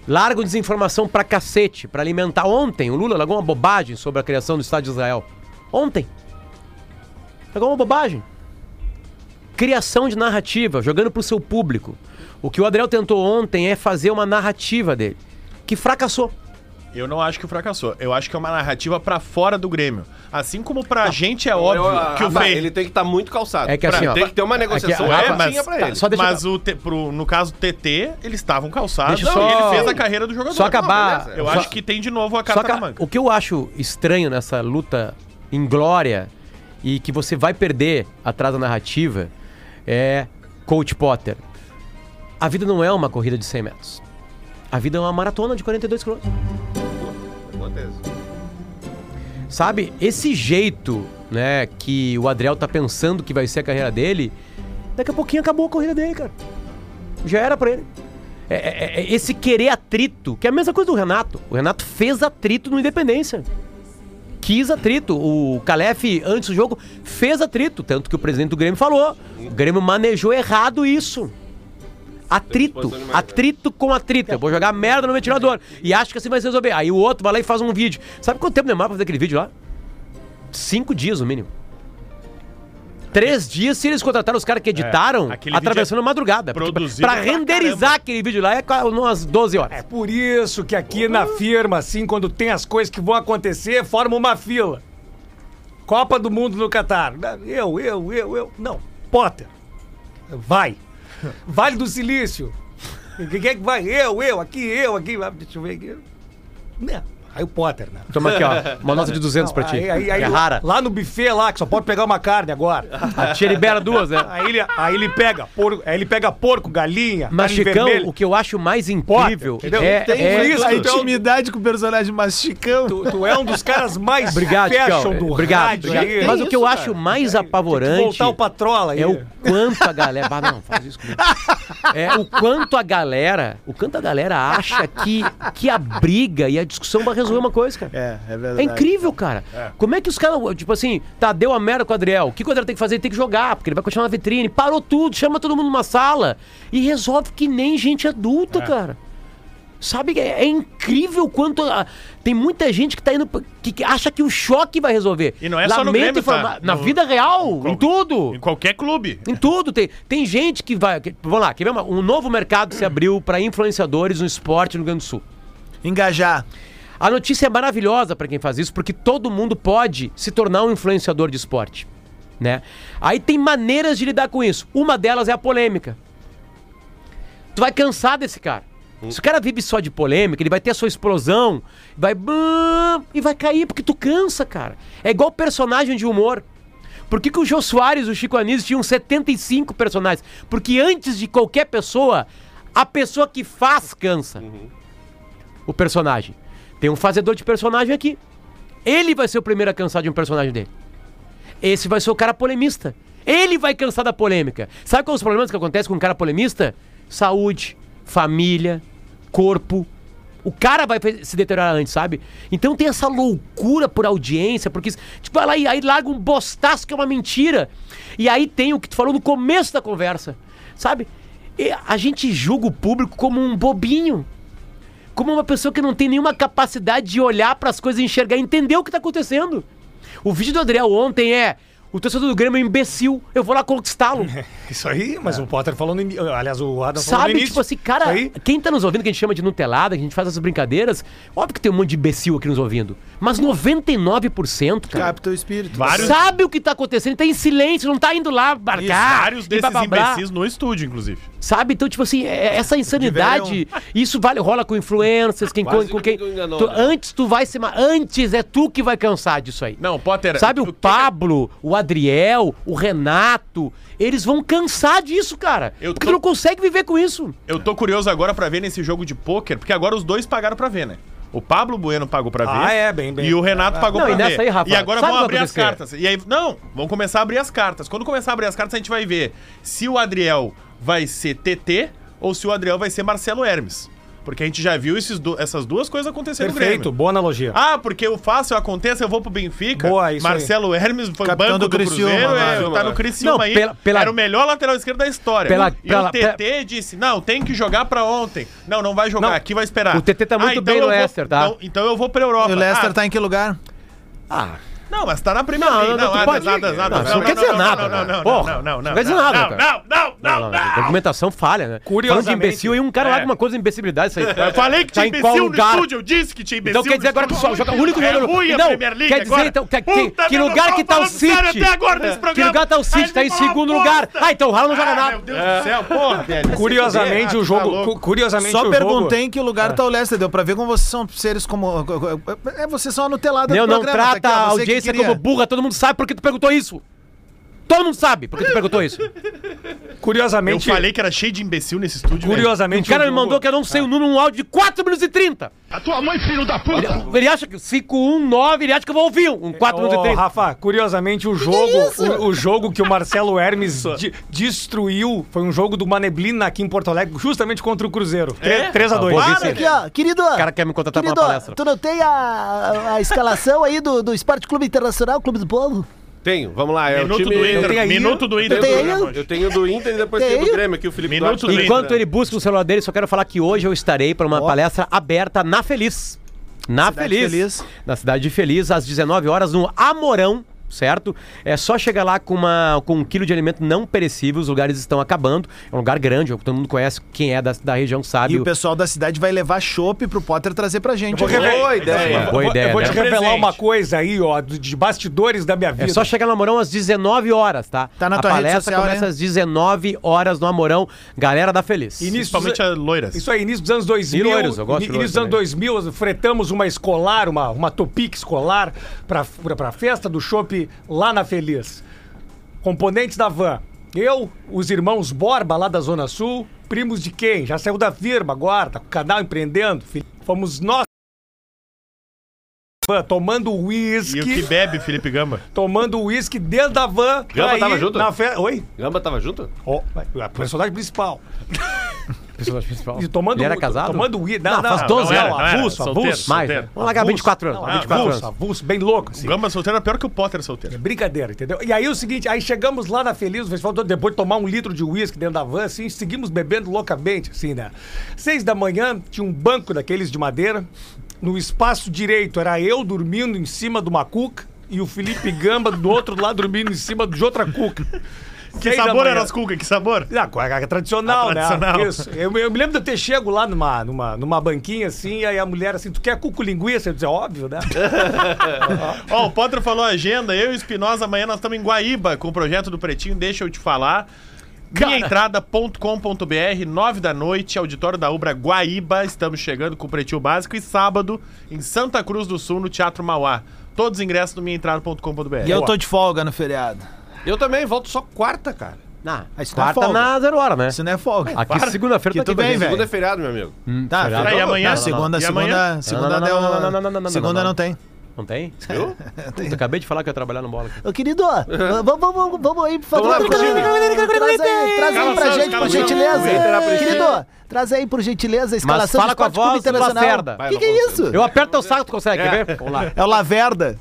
Speaker 2: Largam desinformação pra cacete, pra alimentar. Ontem, o Lula largou uma bobagem sobre a criação do Estado de Israel. Ontem. Largou uma bobagem. Criação de narrativa, jogando pro seu público. O que o Adriel tentou ontem é fazer uma narrativa dele, que fracassou.
Speaker 4: Eu não acho que fracassou. Eu acho que é uma narrativa pra fora do Grêmio. Assim como pra gente é óbvio
Speaker 6: Eu-
Speaker 4: que o
Speaker 6: ah, tá,
Speaker 4: Fe-
Speaker 6: Ele tem que estar muito calçado.
Speaker 2: É que
Speaker 6: Pra-
Speaker 2: assim, ó,
Speaker 6: Tem que ter uma
Speaker 2: é que-
Speaker 6: negociação
Speaker 2: é,
Speaker 6: é,
Speaker 4: mas-
Speaker 6: pra
Speaker 2: tá,
Speaker 6: ele.
Speaker 2: só deixa eu-
Speaker 4: Mas o te- pro- no caso do TT, eles estavam calçados
Speaker 2: Deixa eu
Speaker 4: e
Speaker 2: só-
Speaker 4: ele fez a carreira do jogador.
Speaker 2: só acabar-
Speaker 4: Não, eu
Speaker 2: só-
Speaker 4: acho que tem de novo a
Speaker 2: Só
Speaker 4: carta
Speaker 2: que
Speaker 4: tá na
Speaker 2: a-
Speaker 4: manga.
Speaker 2: o que eu acho estranho nessa luta em glória e que você vai perder atrás da narrativa é Coach Potter. A vida não é uma corrida de 100 metros. A vida é uma maratona de 42 quilômetros.
Speaker 6: Acontece.
Speaker 2: Sabe, esse jeito, né, que o Adriel tá pensando que vai ser a carreira dele, daqui a pouquinho acabou a corrida dele, cara. Já era pra ele. É, é, é, esse querer atrito, que é a mesma coisa do Renato. O Renato fez atrito no Independência. Quis atrito. O Calef, antes do jogo, fez atrito. Tanto que o presidente do Grêmio falou. O Grêmio manejou errado isso. Atrito.
Speaker 6: Disposição de merda.
Speaker 2: Atrito com atrito. Eu vou jogar merda no ventilador. E acho que assim vai se resolver. Aí o outro vai lá e faz um vídeo. Sabe quanto tempo demora pra fazer aquele vídeo lá? Cinco dias, no mínimo. Três dias se eles contrataram os caras que editaram,
Speaker 4: aquele vídeo
Speaker 2: atravessando a madrugada. Porque pra-
Speaker 4: produzido
Speaker 2: Pra
Speaker 4: pra
Speaker 2: renderizar
Speaker 4: caramba.
Speaker 2: aquele vídeo lá é qua- umas 12 horas.
Speaker 3: É por isso que aqui na firma, assim, quando tem as coisas que vão acontecer, forma uma fila. Copa do Mundo no Catar. Eu, eu, eu, eu. Não, Potter. Vai. Vale do Silício. Quem é que vai? Eu, eu, aqui, eu, aqui. Ah, Deixa eu ver aqui. Não. Aí o Potter, né?
Speaker 2: Toma aqui, ó. Uma nota de 200 pra ti.
Speaker 3: Aí, aí, aí,
Speaker 2: é rara.
Speaker 3: Lá no buffet lá, que só pode pegar uma carne agora.
Speaker 2: A tia libera duas, né?
Speaker 3: Aí ele, aí ele pega porco, aí ele pega porco, galinha,
Speaker 2: Mas,
Speaker 3: carne
Speaker 2: Chicão,
Speaker 3: vermelha.
Speaker 2: o que eu acho mais incrível
Speaker 3: entendeu?
Speaker 2: é,
Speaker 6: Tem
Speaker 2: é-
Speaker 3: isso,
Speaker 1: A
Speaker 3: então-
Speaker 1: intimidade com o personagem masticão.
Speaker 3: Tu, tu é um dos caras mais
Speaker 2: Obrigado, Chicão.
Speaker 3: fashion do
Speaker 2: Obrigado.
Speaker 3: rádio
Speaker 2: obrigado.
Speaker 3: aí.
Speaker 2: Mas o que eu
Speaker 6: isso,
Speaker 2: acho mais
Speaker 3: Tem que
Speaker 2: apavorante
Speaker 3: Voltar o patrola aí.
Speaker 2: é o quanto a galera... Ah, não, faz isso comigo. É o quanto a galera... O quanto a galera acha que, que a briga e a discussão vai resolver uma coisa, cara.
Speaker 1: É, é verdade.
Speaker 2: É incrível, cara. Como é que os caras, tipo assim, tá, deu a merda com o Adriel. O que que o Adriel tem que fazer? Ele tem que jogar, porque ele vai continuar na vitrine.
Speaker 4: É.
Speaker 2: Parou tudo, chama todo mundo numa sala e resolve que nem gente adulta, cara. Sabe, é, é incrível quanto. a- tem muita gente que tá indo. pra- Que, que acha que o choque vai resolver.
Speaker 4: E não é só no Grêmio,
Speaker 2: informar-
Speaker 4: tá?
Speaker 2: Na
Speaker 4: No-
Speaker 2: vida real, em tudo.
Speaker 4: Em qualquer clube.
Speaker 2: Em tudo, tem, tem gente que vai. que- vamos lá, quer ver uma- um novo mercado se abriu para influenciadores no esporte no Rio Grande do Sul.
Speaker 1: Engajar.
Speaker 2: A notícia é maravilhosa para quem faz isso, porque todo mundo pode se tornar um influenciador de esporte, né? Aí tem maneiras de lidar com isso. Uma delas é a polêmica. Tu vai cansar desse cara. Se o cara vive só de polêmica, ele vai ter a sua explosão, vai bam, e vai cair porque tu cansa, cara. É igual personagem de humor. Por que, que o Jô Soares e o Chico Anísio tinham 75 personagens? Porque antes de qualquer pessoa, a pessoa que faz cansa o personagem. Tem um fazedor de personagem aqui. Ele vai ser o primeiro a cansar de um personagem dele. Esse vai ser o cara polemista. Ele vai cansar da polêmica. Sabe quais os problemas que acontecem com um cara polemista? Saúde, família, corpo. O cara vai se deteriorar antes, sabe? Então tem essa loucura por audiência, porque tipo, vai lá e aí larga um bostaço que é uma mentira. E aí tem o que tu falou no começo da conversa, sabe? E a gente julga o público como um bobinho como uma pessoa que não tem nenhuma capacidade de olhar para as coisas, e enxergar, e entender o que tá acontecendo. O vídeo do Adriel ontem é o torcedor do Grêmio é um imbecil, eu vou lá conquistá-lo.
Speaker 3: Isso aí, mas o Potter falou no início. Aliás, o Adam falou no
Speaker 2: É. Sabe,
Speaker 3: início.
Speaker 2: tipo assim, cara,
Speaker 3: Isso aí.
Speaker 2: quem tá nos ouvindo, que a gente chama de Nutelada, que a gente faz essas brincadeiras, óbvio que tem um monte de imbecil aqui nos ouvindo, mas 99%, cara,
Speaker 1: Capta o espírito.
Speaker 4: Vários,
Speaker 2: sabe o que tá acontecendo, tá em silêncio, não tá indo lá marcar.
Speaker 4: vários
Speaker 2: e
Speaker 4: desses
Speaker 2: blá, blá, blá.
Speaker 4: imbecis no estúdio, inclusive.
Speaker 2: Sabe? Então, tipo assim, é- é essa insanidade, isso vale, rola com influencers, quem
Speaker 6: Quase
Speaker 2: com quem.
Speaker 6: que enganou,
Speaker 2: tu-
Speaker 6: né?
Speaker 2: antes tu vai se. ma- Antes é tu que vai cansar disso aí.
Speaker 4: Não, Potter.
Speaker 2: Sabe,
Speaker 4: que
Speaker 2: o
Speaker 4: que-
Speaker 2: Pablo, o Adriel, o Renato, eles vão cansar disso, cara.
Speaker 4: Eu
Speaker 2: porque
Speaker 4: tô-
Speaker 2: tu não consegue viver com isso.
Speaker 4: Eu tô curioso agora pra ver nesse jogo de pôquer, porque agora os dois pagaram pra ver, né? O Pablo Bueno pagou pra ver.
Speaker 3: Ah, é, bem, bem.
Speaker 4: E o Renato pagou
Speaker 2: Não,
Speaker 4: pra
Speaker 2: e
Speaker 4: ver.
Speaker 2: nessa aí, Rafa,
Speaker 4: e agora
Speaker 2: sabe
Speaker 4: vão
Speaker 2: o que
Speaker 4: abrir
Speaker 2: vai
Speaker 4: as
Speaker 2: acontecer?
Speaker 4: cartas. E aí, não, vão começar a abrir as cartas. Quando começar a abrir as cartas, a gente vai ver se o Adriel vai ser TT ou se o Adriel vai ser Marcelo Hermes. Porque a gente já viu esses du- essas duas coisas acontecendo no
Speaker 3: Perfeito,
Speaker 4: Grêmio.
Speaker 3: boa analogia.
Speaker 4: Ah, porque eu faço, eu aconteço, eu vou pro Benfica.
Speaker 3: Boa, isso aí.
Speaker 4: Marcelo Hermes foi
Speaker 1: Capitão
Speaker 4: banco
Speaker 1: do
Speaker 4: do,
Speaker 1: Criciúma,
Speaker 4: Cruzeiro,
Speaker 1: né?
Speaker 4: é, tá no Criciúma
Speaker 2: Não,
Speaker 4: aí.
Speaker 2: pela- pela-
Speaker 4: Era o melhor lateral esquerdo da história.
Speaker 2: Pela-
Speaker 4: e
Speaker 2: pela-
Speaker 4: o TT disse, não, tem que jogar pra ontem. Não, não vai jogar,
Speaker 3: Não.
Speaker 4: aqui vai esperar.
Speaker 2: O TT tá muito bem
Speaker 4: eu
Speaker 2: no
Speaker 4: vou-
Speaker 2: Leicester, tá?
Speaker 4: Então, então eu vou pra Europa.
Speaker 1: E o Leicester
Speaker 4: Ah,
Speaker 1: tá em que lugar?
Speaker 4: Não, mas tá na primeira
Speaker 2: Não,
Speaker 4: League.
Speaker 2: não, tu
Speaker 4: nada,
Speaker 2: pode-
Speaker 4: nada,
Speaker 2: não,
Speaker 4: nada.
Speaker 2: isso não quer dizer nada,
Speaker 4: Não,
Speaker 2: cara.
Speaker 4: não, não,
Speaker 2: Porra,
Speaker 4: não, não.
Speaker 2: não quer dizer nada, cara.
Speaker 4: Não, não, não,
Speaker 2: a
Speaker 4: não.
Speaker 2: documentação falha, né? Falando de
Speaker 3: Curiosamente-
Speaker 2: imbecil, aí um cara
Speaker 4: É.
Speaker 2: lá com uma coisa de imbecilidade, isso aí.
Speaker 4: Eu falei que
Speaker 2: Tá
Speaker 4: tinha
Speaker 2: em qual
Speaker 4: imbecil no
Speaker 2: lugar?
Speaker 4: estúdio, eu disse que tinha imbecil
Speaker 2: Então quer dizer
Speaker 4: no
Speaker 2: agora que
Speaker 4: estúdio.
Speaker 2: só joga o único
Speaker 4: é
Speaker 2: jogador.
Speaker 4: ruim a
Speaker 2: Não,
Speaker 4: Premier League
Speaker 2: quer dizer
Speaker 4: agora.
Speaker 2: então que, que-
Speaker 4: Puta
Speaker 2: que
Speaker 4: merda,
Speaker 2: lugar
Speaker 4: eu
Speaker 2: que
Speaker 4: tô
Speaker 2: tá o
Speaker 4: falando sério
Speaker 2: City?
Speaker 4: até agora nesse
Speaker 2: Que
Speaker 4: programa.
Speaker 2: lugar tá o
Speaker 4: Aí
Speaker 2: City? Tá
Speaker 4: ele
Speaker 2: em
Speaker 4: fala,
Speaker 2: segundo
Speaker 4: "Bosta".
Speaker 2: lugar. Ah, então o Raul não joga
Speaker 4: Ah,
Speaker 2: nada. É.
Speaker 4: Meu Deus do céu, porra, velho.
Speaker 3: Curiosamente,
Speaker 4: Ah,
Speaker 3: o
Speaker 4: tá
Speaker 3: jogo.
Speaker 4: louco.
Speaker 3: cu- curiosamente, o
Speaker 1: Só
Speaker 3: jogo-
Speaker 1: perguntei em que lugar
Speaker 2: É.
Speaker 1: tá o Leicester. Deu pra ver como vocês são seres como. É você só nutelada
Speaker 2: Não,
Speaker 1: do
Speaker 2: não
Speaker 1: programa. tá aqui,
Speaker 2: trata
Speaker 1: ó,
Speaker 2: a
Speaker 1: você que
Speaker 2: audiência
Speaker 1: queria.
Speaker 2: como burra, todo mundo sabe porque tu perguntou isso. Todo mundo sabe porque tu perguntou isso.
Speaker 4: Eu
Speaker 3: Curiosamente.
Speaker 4: falei que era cheio de imbecil nesse estúdio.
Speaker 3: Curiosamente,
Speaker 2: o cara
Speaker 3: o
Speaker 2: me
Speaker 3: jogo-
Speaker 2: mandou que eu não
Speaker 1: É.
Speaker 2: sei o número um áudio de 4 minutos e 30.
Speaker 4: velho. A tua mãe, filho da puta!
Speaker 2: Ele, ele acha que 519, ele acha que eu vou ouvir um 4 minutos e
Speaker 3: Ô,
Speaker 2: 30.
Speaker 3: Rafa, curiosamente, o jogo,
Speaker 2: é
Speaker 3: o, o jogo que o Marcelo Hermes de- destruiu foi um jogo do Maneblina aqui em Porto Alegre, justamente contra o Cruzeiro.
Speaker 4: É?
Speaker 3: 3x2.
Speaker 2: Ah,
Speaker 1: Para aqui, ó. Querido. O
Speaker 2: cara quer me contratar pra uma
Speaker 1: querido,
Speaker 2: palestra.
Speaker 1: Tu não tem a, a escalação aí do, do Esporte Clube Internacional, Clube do Povo?
Speaker 6: Tenho, vamos lá. É o
Speaker 4: Minuto
Speaker 6: time...
Speaker 4: do
Speaker 3: tenho
Speaker 4: Inter,
Speaker 3: aí-
Speaker 4: minuto do Inter.
Speaker 1: eu tenho
Speaker 4: do programa
Speaker 1: aí-
Speaker 4: hoje.
Speaker 6: Eu tenho do Inter e depois
Speaker 1: Tenho.
Speaker 6: tenho do Grêmio, que o Felipe
Speaker 4: Minuto
Speaker 6: Duarte tá-
Speaker 4: do
Speaker 6: também.
Speaker 2: Enquanto ele busca o celular dele, só quero falar que hoje eu estarei para uma palestra aberta na Feliz. Na
Speaker 1: Cidade
Speaker 2: Feliz.
Speaker 1: Feliz.
Speaker 2: Na Cidade de Feliz, às 19 horas, no Amorão. Certo? É só chegar lá com, uma, com um quilo de alimento não perecível, os lugares estão acabando. É um lugar grande, todo mundo conhece, quem é da, da região sabe.
Speaker 1: E o pessoal da cidade vai levar chopp pro Potter trazer pra gente.
Speaker 3: vou
Speaker 1: aqui.
Speaker 3: rever-
Speaker 4: É,
Speaker 6: Boa ideia.
Speaker 2: Boa
Speaker 3: Eu vou-
Speaker 2: ideia,
Speaker 3: eu vou te
Speaker 2: né?
Speaker 3: revelar
Speaker 4: Presente.
Speaker 3: uma coisa aí, ó, do- de bastidores da minha vida.
Speaker 2: É só chegar no Amorão às 19 horas, tá?
Speaker 1: Tá na
Speaker 2: a
Speaker 1: tua rede
Speaker 2: palestra
Speaker 1: social,
Speaker 2: começa
Speaker 1: né?
Speaker 2: às 19 horas no Amorão. Galera da Feliz.
Speaker 3: Início dos-
Speaker 4: Principalmente as loiras.
Speaker 3: Isso aí, início dos anos 2000.
Speaker 2: E loiros, eu gosto de
Speaker 3: início
Speaker 2: loiros
Speaker 3: dos anos
Speaker 2: também.
Speaker 3: 2000, fretamos uma escolar, uma, uma topique escolar, pra, pra, pra festa do chopp lá na Feliz. Componentes da van. Eu, os irmãos Borba, lá da Zona Sul, primos de quem? Já saiu da firma agora, tá com o canal empreendendo. fi- Fomos nós. Van, Tomando
Speaker 4: E o que
Speaker 3: uísque,
Speaker 4: bebe, Felipe Gama?
Speaker 3: tomando uísque dentro da van. pra
Speaker 6: Gama tava
Speaker 3: ir
Speaker 6: junto?
Speaker 3: Na fe... Oi?
Speaker 2: Ah,
Speaker 6: Gamba tava tá junto?
Speaker 3: Ó, a personagem principal.
Speaker 2: Personagem principal. é
Speaker 3: E tomando
Speaker 2: Ele era
Speaker 3: uísque-
Speaker 2: casado?
Speaker 3: Tomando um uísque.
Speaker 2: Não, faz 12
Speaker 4: não era,
Speaker 2: anos.
Speaker 4: não era.
Speaker 3: avulso,
Speaker 4: Solteiro,
Speaker 3: avulso.
Speaker 2: Mais.
Speaker 4: solteiro.
Speaker 2: Vamos largar 24 anos.
Speaker 3: Não,
Speaker 2: 24
Speaker 3: avulso,
Speaker 2: anos.
Speaker 3: avulso, bem louco, assim.
Speaker 4: O Gamba solteiro é pior que o Potter solteiro.
Speaker 3: É brincadeira, entendeu? E aí é o seguinte, aí chegamos lá na Feliz, o festival todo, depois de tomar um litro de uísque dentro da van, assim, seguimos bebendo loucamente, assim, né? Seis da manhã, tinha um banco daqueles de madeira, no espaço direito era eu dormindo em cima de uma cuca e o Felipe Gamba do outro lado dormindo em cima de outra cuca.
Speaker 4: Que
Speaker 3: Seis da
Speaker 4: sabor
Speaker 3: manhã.
Speaker 4: era as cuca? Que sabor?
Speaker 3: Ah, com a a tradicional,
Speaker 4: A tradicional.
Speaker 3: né? Isso. Eu, eu me lembro de eu ter chego lá numa, numa, numa banquinha assim, e aí a mulher assim, tu quer cuco linguiça? Eu disse, óbvio, né?
Speaker 4: Ó, o Potter falou a agenda, eu e o Espinosa, amanhã nós estamos em Guaíba com o projeto do Pretinho, deixa eu te falar. Minhaentrada.com.br, 9 da noite, auditório da Ubra Guaíba. Estamos chegando com o Pretinho Básico e sábado em Santa Cruz do Sul, no Teatro Mauá. Todos os ingressos no minhaentrada.com.br.
Speaker 1: E eu tô de folga no feriado.
Speaker 6: Eu também, volto só quarta, cara.
Speaker 2: Não,
Speaker 1: Aí isso não é
Speaker 2: quarta
Speaker 1: folga.
Speaker 2: na zero hora, né?
Speaker 1: Isso não é folga.
Speaker 2: Aqui segunda-feira
Speaker 1: Que
Speaker 2: tá
Speaker 1: tu vem, velho.
Speaker 6: Segunda é feriado, meu amigo.
Speaker 1: Tá,
Speaker 2: feriado.
Speaker 1: feriado.
Speaker 4: Aí, amanhã?
Speaker 1: Não, segunda,
Speaker 4: E
Speaker 1: segunda,
Speaker 4: amanhã?
Speaker 1: segunda
Speaker 2: Não, não,
Speaker 1: deu.
Speaker 2: não, não, não, não, não, não, não,
Speaker 1: Segunda
Speaker 2: não.
Speaker 1: não tem.
Speaker 2: Não tem? Viu? Puta, acabei de falar que eu ia trabalhar no bola. aqui.
Speaker 1: Ô, querido,
Speaker 4: É.
Speaker 1: vamos, vamos, vamos aí, por favor.
Speaker 6: Vamos lá,
Speaker 1: Traz, aí, traz aí pra
Speaker 4: Escalação,
Speaker 1: gente, por
Speaker 4: escalação.
Speaker 1: gentileza.
Speaker 6: Inter, Apre-
Speaker 1: Querido, traz aí, por gentileza, a escalação
Speaker 2: fala
Speaker 1: do
Speaker 2: com a
Speaker 1: Esporte Clube
Speaker 2: voz do
Speaker 1: Internacional.
Speaker 2: Lacerda.
Speaker 1: Que que é isso?
Speaker 2: Eu aperto teu saco, tu consegue, quer ver? Vamos lá.
Speaker 1: É o Laverda.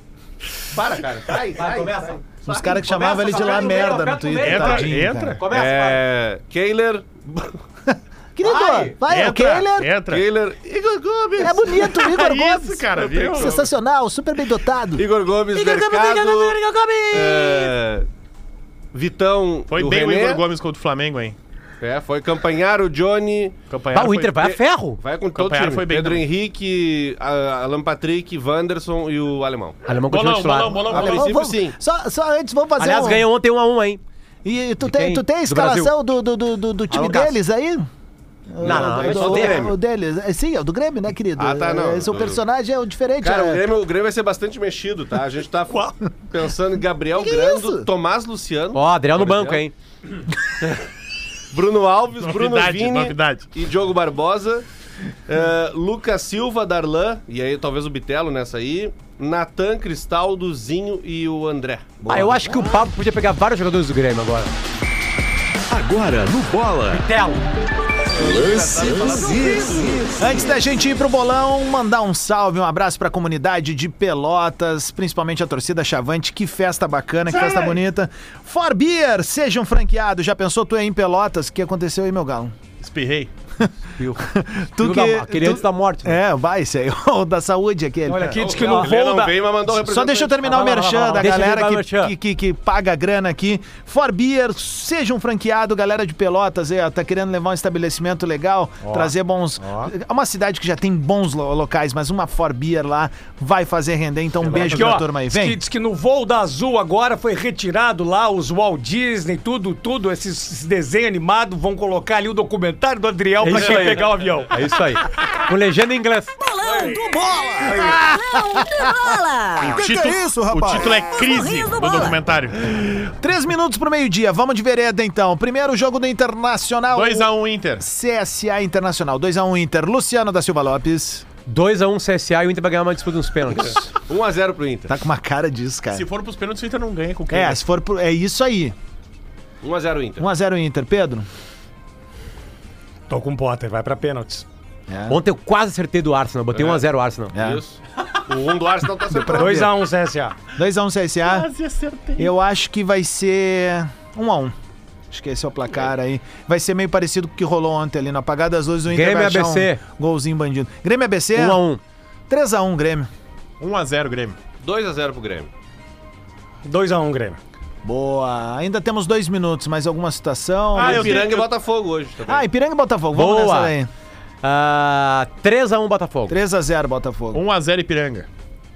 Speaker 6: Para, cara. Sai, sai.
Speaker 1: Os caras que chamavam ele de
Speaker 2: começa,
Speaker 1: lá
Speaker 2: vai no meio,
Speaker 1: merda no
Speaker 2: aperta o
Speaker 1: Twitter.
Speaker 2: meio.
Speaker 4: Entra,
Speaker 1: tadinho, cara.
Speaker 4: entra.
Speaker 2: Começa,
Speaker 6: É. Kehler.
Speaker 1: Querido, vai, é o Kehler.
Speaker 4: entra.
Speaker 6: Kehler. Igor Gomes.
Speaker 1: É bonito, o Igor Gomes.
Speaker 4: Isso, cara, viu?
Speaker 1: Sensacional, super bem dotado.
Speaker 6: Igor Gomes, mercado. É, Vitão.
Speaker 4: Foi
Speaker 6: do
Speaker 4: bem o
Speaker 6: René.
Speaker 4: Igor Gomes contra o Flamengo, hein?
Speaker 6: É, foi Campanharo, Johnny.
Speaker 2: Ah,
Speaker 4: Campanharo
Speaker 2: o Inter
Speaker 4: É. foi-
Speaker 2: vai a ferro.
Speaker 6: Vai com todo o
Speaker 4: Campanharo
Speaker 6: time.
Speaker 4: foi bem
Speaker 6: Pedro
Speaker 4: também.
Speaker 6: Henrique, a- Alan Patrick, Wanderson e o Alemão.
Speaker 2: Alemão continua
Speaker 4: Bolão,
Speaker 2: titular.
Speaker 4: bolão, bolão,
Speaker 6: Alemão.
Speaker 4: bolão.
Speaker 1: Vamos- vamos-
Speaker 6: sim.
Speaker 1: Só, só antes, vamos fazer
Speaker 2: Aliás,
Speaker 1: um...
Speaker 2: ganhou ontem 1 a 1 hein?
Speaker 1: E tu
Speaker 2: De
Speaker 1: tem,
Speaker 2: quem?
Speaker 1: tu tem a
Speaker 2: Do
Speaker 1: escalação do, do, do, do- do time
Speaker 2: Alongaço.
Speaker 1: deles aí? Ah,
Speaker 2: Não, não,
Speaker 1: do,
Speaker 2: é só
Speaker 1: o-
Speaker 2: o Grêmio.
Speaker 1: o deles. É, Sim, é o do Grêmio, né, querido?
Speaker 6: Ah, tá, não.
Speaker 1: Esse é o
Speaker 6: Do-
Speaker 1: personagem é o diferente.
Speaker 6: Cara,
Speaker 1: é.
Speaker 6: o Grêmio, o Grêmio vai ser bastante mexido, tá? A gente tá pensando em Gabriel
Speaker 1: Que que é
Speaker 6: Grando,
Speaker 1: isso?
Speaker 6: Tomás Luciano,
Speaker 2: Ó, Adriel no
Speaker 6: Por
Speaker 2: banco, hein?
Speaker 6: Bruno Alves, Bruno
Speaker 4: Novidade,
Speaker 6: Vini
Speaker 4: novidade.
Speaker 6: e Diogo Barbosa, eh, Lucas Silva, Darlan, e aí talvez o Bitelo nessa aí, Natan, Cristaldo, Zinho e o André.
Speaker 2: Ah, eu acho que o Pablo podia pegar vários jogadores do Grêmio agora.
Speaker 5: Agora no Bola.
Speaker 2: Telo.
Speaker 1: Antes da gente ir pro bolão, mandar um salve, um abraço pra comunidade de Pelotas, principalmente a torcida Chavante. Que festa bacana, que festa bonita. For Beer, sejam franqueados. Já pensou tu aí em Pelotas? O que aconteceu aí, meu galo?
Speaker 4: Espirrei.
Speaker 1: Tu
Speaker 2: Aquele antes da morte. né?
Speaker 1: É, vai, esse aí. O da saúde aquele.
Speaker 3: Olha aqui, diz que
Speaker 6: Não,
Speaker 3: no
Speaker 6: ele
Speaker 3: voo
Speaker 6: não
Speaker 3: da...
Speaker 6: veio, mas mandou o
Speaker 1: Só deixa eu
Speaker 6: representante.
Speaker 1: terminar o merchan
Speaker 2: Ah, Vai lá, vai lá, vai lá.
Speaker 1: da
Speaker 2: Deixa eu
Speaker 1: galera
Speaker 2: terminar o
Speaker 1: que,
Speaker 2: merchan.
Speaker 1: que, que- que paga a grana aqui. For Beer, seja um franqueado, galera de Pelotas, aí, ó, tá querendo levar um estabelecimento legal, trazer bons. É uma cidade que já tem bons lo- locais, mas uma For Beer lá vai fazer render. Então, um beijo
Speaker 3: Aqui,
Speaker 1: pra
Speaker 3: ó,
Speaker 1: turma aí.
Speaker 3: diz que-
Speaker 1: Vem.
Speaker 3: diz que no voo da Azul agora foi retirado lá os Walt Disney, tudo, tudo, esses, esses desenhos animados, vão colocar ali o documentário do Adriel pra
Speaker 2: É isso
Speaker 3: quem
Speaker 2: aí.
Speaker 3: É pegar o avião.
Speaker 2: É isso aí. Com legenda em inglês.
Speaker 7: Bolão do Bola! Bolão do Bola!
Speaker 4: O é título, o título é Crise
Speaker 7: Morrinhos do
Speaker 4: do
Speaker 7: Bola.
Speaker 4: documentário.
Speaker 2: é
Speaker 1: Três minutos pro meio-dia. Vamos de vereda então. Primeiro jogo do Internacional.
Speaker 4: 2x1 Inter.
Speaker 1: CSA Internacional. 2x1 Inter. Luciano da Silva Lopes.
Speaker 2: 2x1 CSA e o Inter vai ganhar uma disputa nos pênaltis.
Speaker 6: 1 a 0 pro Inter.
Speaker 1: Tá com uma cara disso, cara.
Speaker 4: Se for pros pênaltis, o Inter não ganha com quem?
Speaker 1: É, se for pro... é isso aí.
Speaker 6: 1 a 0 Inter.
Speaker 1: 1x0 Inter. Pedro?
Speaker 3: Tô com o Potter, vai pra pênaltis.
Speaker 2: Ontem eu quase acertei do Arsenal. Botei 1x0 o Arsenal.
Speaker 1: É.
Speaker 6: Isso. O 1 do Arsenal tá acertando.
Speaker 3: 2x1 CSA.
Speaker 1: 2x1 CSA.
Speaker 4: Quase acertei.
Speaker 1: Eu acho que vai ser 1x1. Acho que esse é o placar aí. Vai ser meio parecido com o que rolou ontem ali no Apagar das Luzes. O Inter
Speaker 2: Grêmio
Speaker 1: vai achar
Speaker 2: ABC.
Speaker 1: Um golzinho bandido. Grêmio ABC?
Speaker 2: 1x1.
Speaker 1: 3x1 Grêmio.
Speaker 4: 1x0 Grêmio.
Speaker 6: 2 a 0 pro Grêmio.
Speaker 3: 2x1 Grêmio.
Speaker 1: Boa. Ainda temos dois minutos, mais alguma situação?
Speaker 4: Ah, eu-
Speaker 6: Piranga e
Speaker 4: tenho-
Speaker 6: Botafogo hoje também.
Speaker 1: Ah, Ipiranga e Botafogo. Vamos
Speaker 2: Boa. Ah,
Speaker 1: nessa daí.
Speaker 2: 3x1 Botafogo.
Speaker 1: 3x0 Botafogo.
Speaker 4: 1x0 Ipiranga.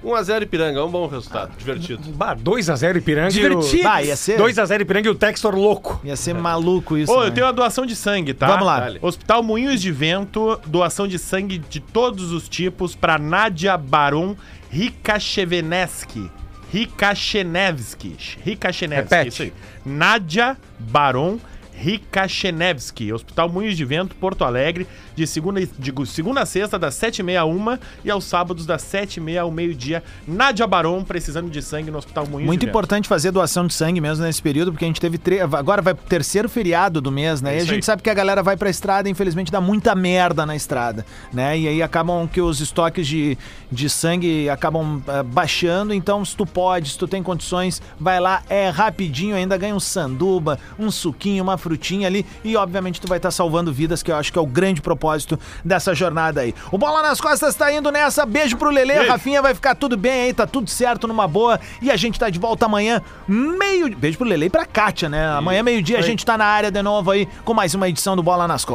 Speaker 6: 1 a 0 Ipiranga, é um bom resultado, divertido.
Speaker 3: 2x0 Ipiranga.
Speaker 2: Divertido.
Speaker 1: Bah, ia ser,
Speaker 3: 2x0 Ipiranga e o Textor louco.
Speaker 1: ia ser maluco isso.
Speaker 4: Ô,
Speaker 1: né?
Speaker 4: eu tenho a doação de sangue, tá?
Speaker 1: Vamos lá.
Speaker 6: Dale.
Speaker 4: Hospital Moinhos de Vento, doação de sangue de todos os tipos pra Nádia Baron Rikacheveneski. Rikachenevski. Rikachenevski,
Speaker 2: Repete.
Speaker 4: isso aí. Nádia Baron Rikachenevski, Hospital Moinhos de Vento, Porto Alegre, de segunda, digo, segunda a sexta, das 7h30 à 1 e aos sábados, das 7h30 ao meio-dia. Nádia Baron, precisando de sangue no Hospital Moinhos
Speaker 1: Muito
Speaker 4: de Vento.
Speaker 1: importante fazer doação de sangue mesmo nesse período, porque a gente teve. Tre... Agora vai pro terceiro feriado do mês, né? e a
Speaker 4: É isso
Speaker 1: gente
Speaker 4: aí.
Speaker 1: sabe que a galera vai pra estrada, e, infelizmente dá muita merda na estrada, né? E aí acabam que os estoques de, de sangue acabam eh, baixando. Então, se tu pode, se tu tem condições, vai lá, é rapidinho, ainda ganha um sanduba, um suquinho, uma frutinha ali. E obviamente tu vai tá estar salvando vidas, que eu acho que é o grande propósito dessa jornada aí. O Bola nas Costas tá indo nessa. Beijo pro Lelê,
Speaker 4: Beijo.
Speaker 1: Rafinha. Rafinha, vai ficar tudo bem aí, tá tudo certo, numa boa. E a gente tá de volta amanhã, meio. Beijo pro Lele e pra Kátia, né? Amanhã, meio-dia, a gente tá na área de novo aí com mais uma edição do Bola nas Costas.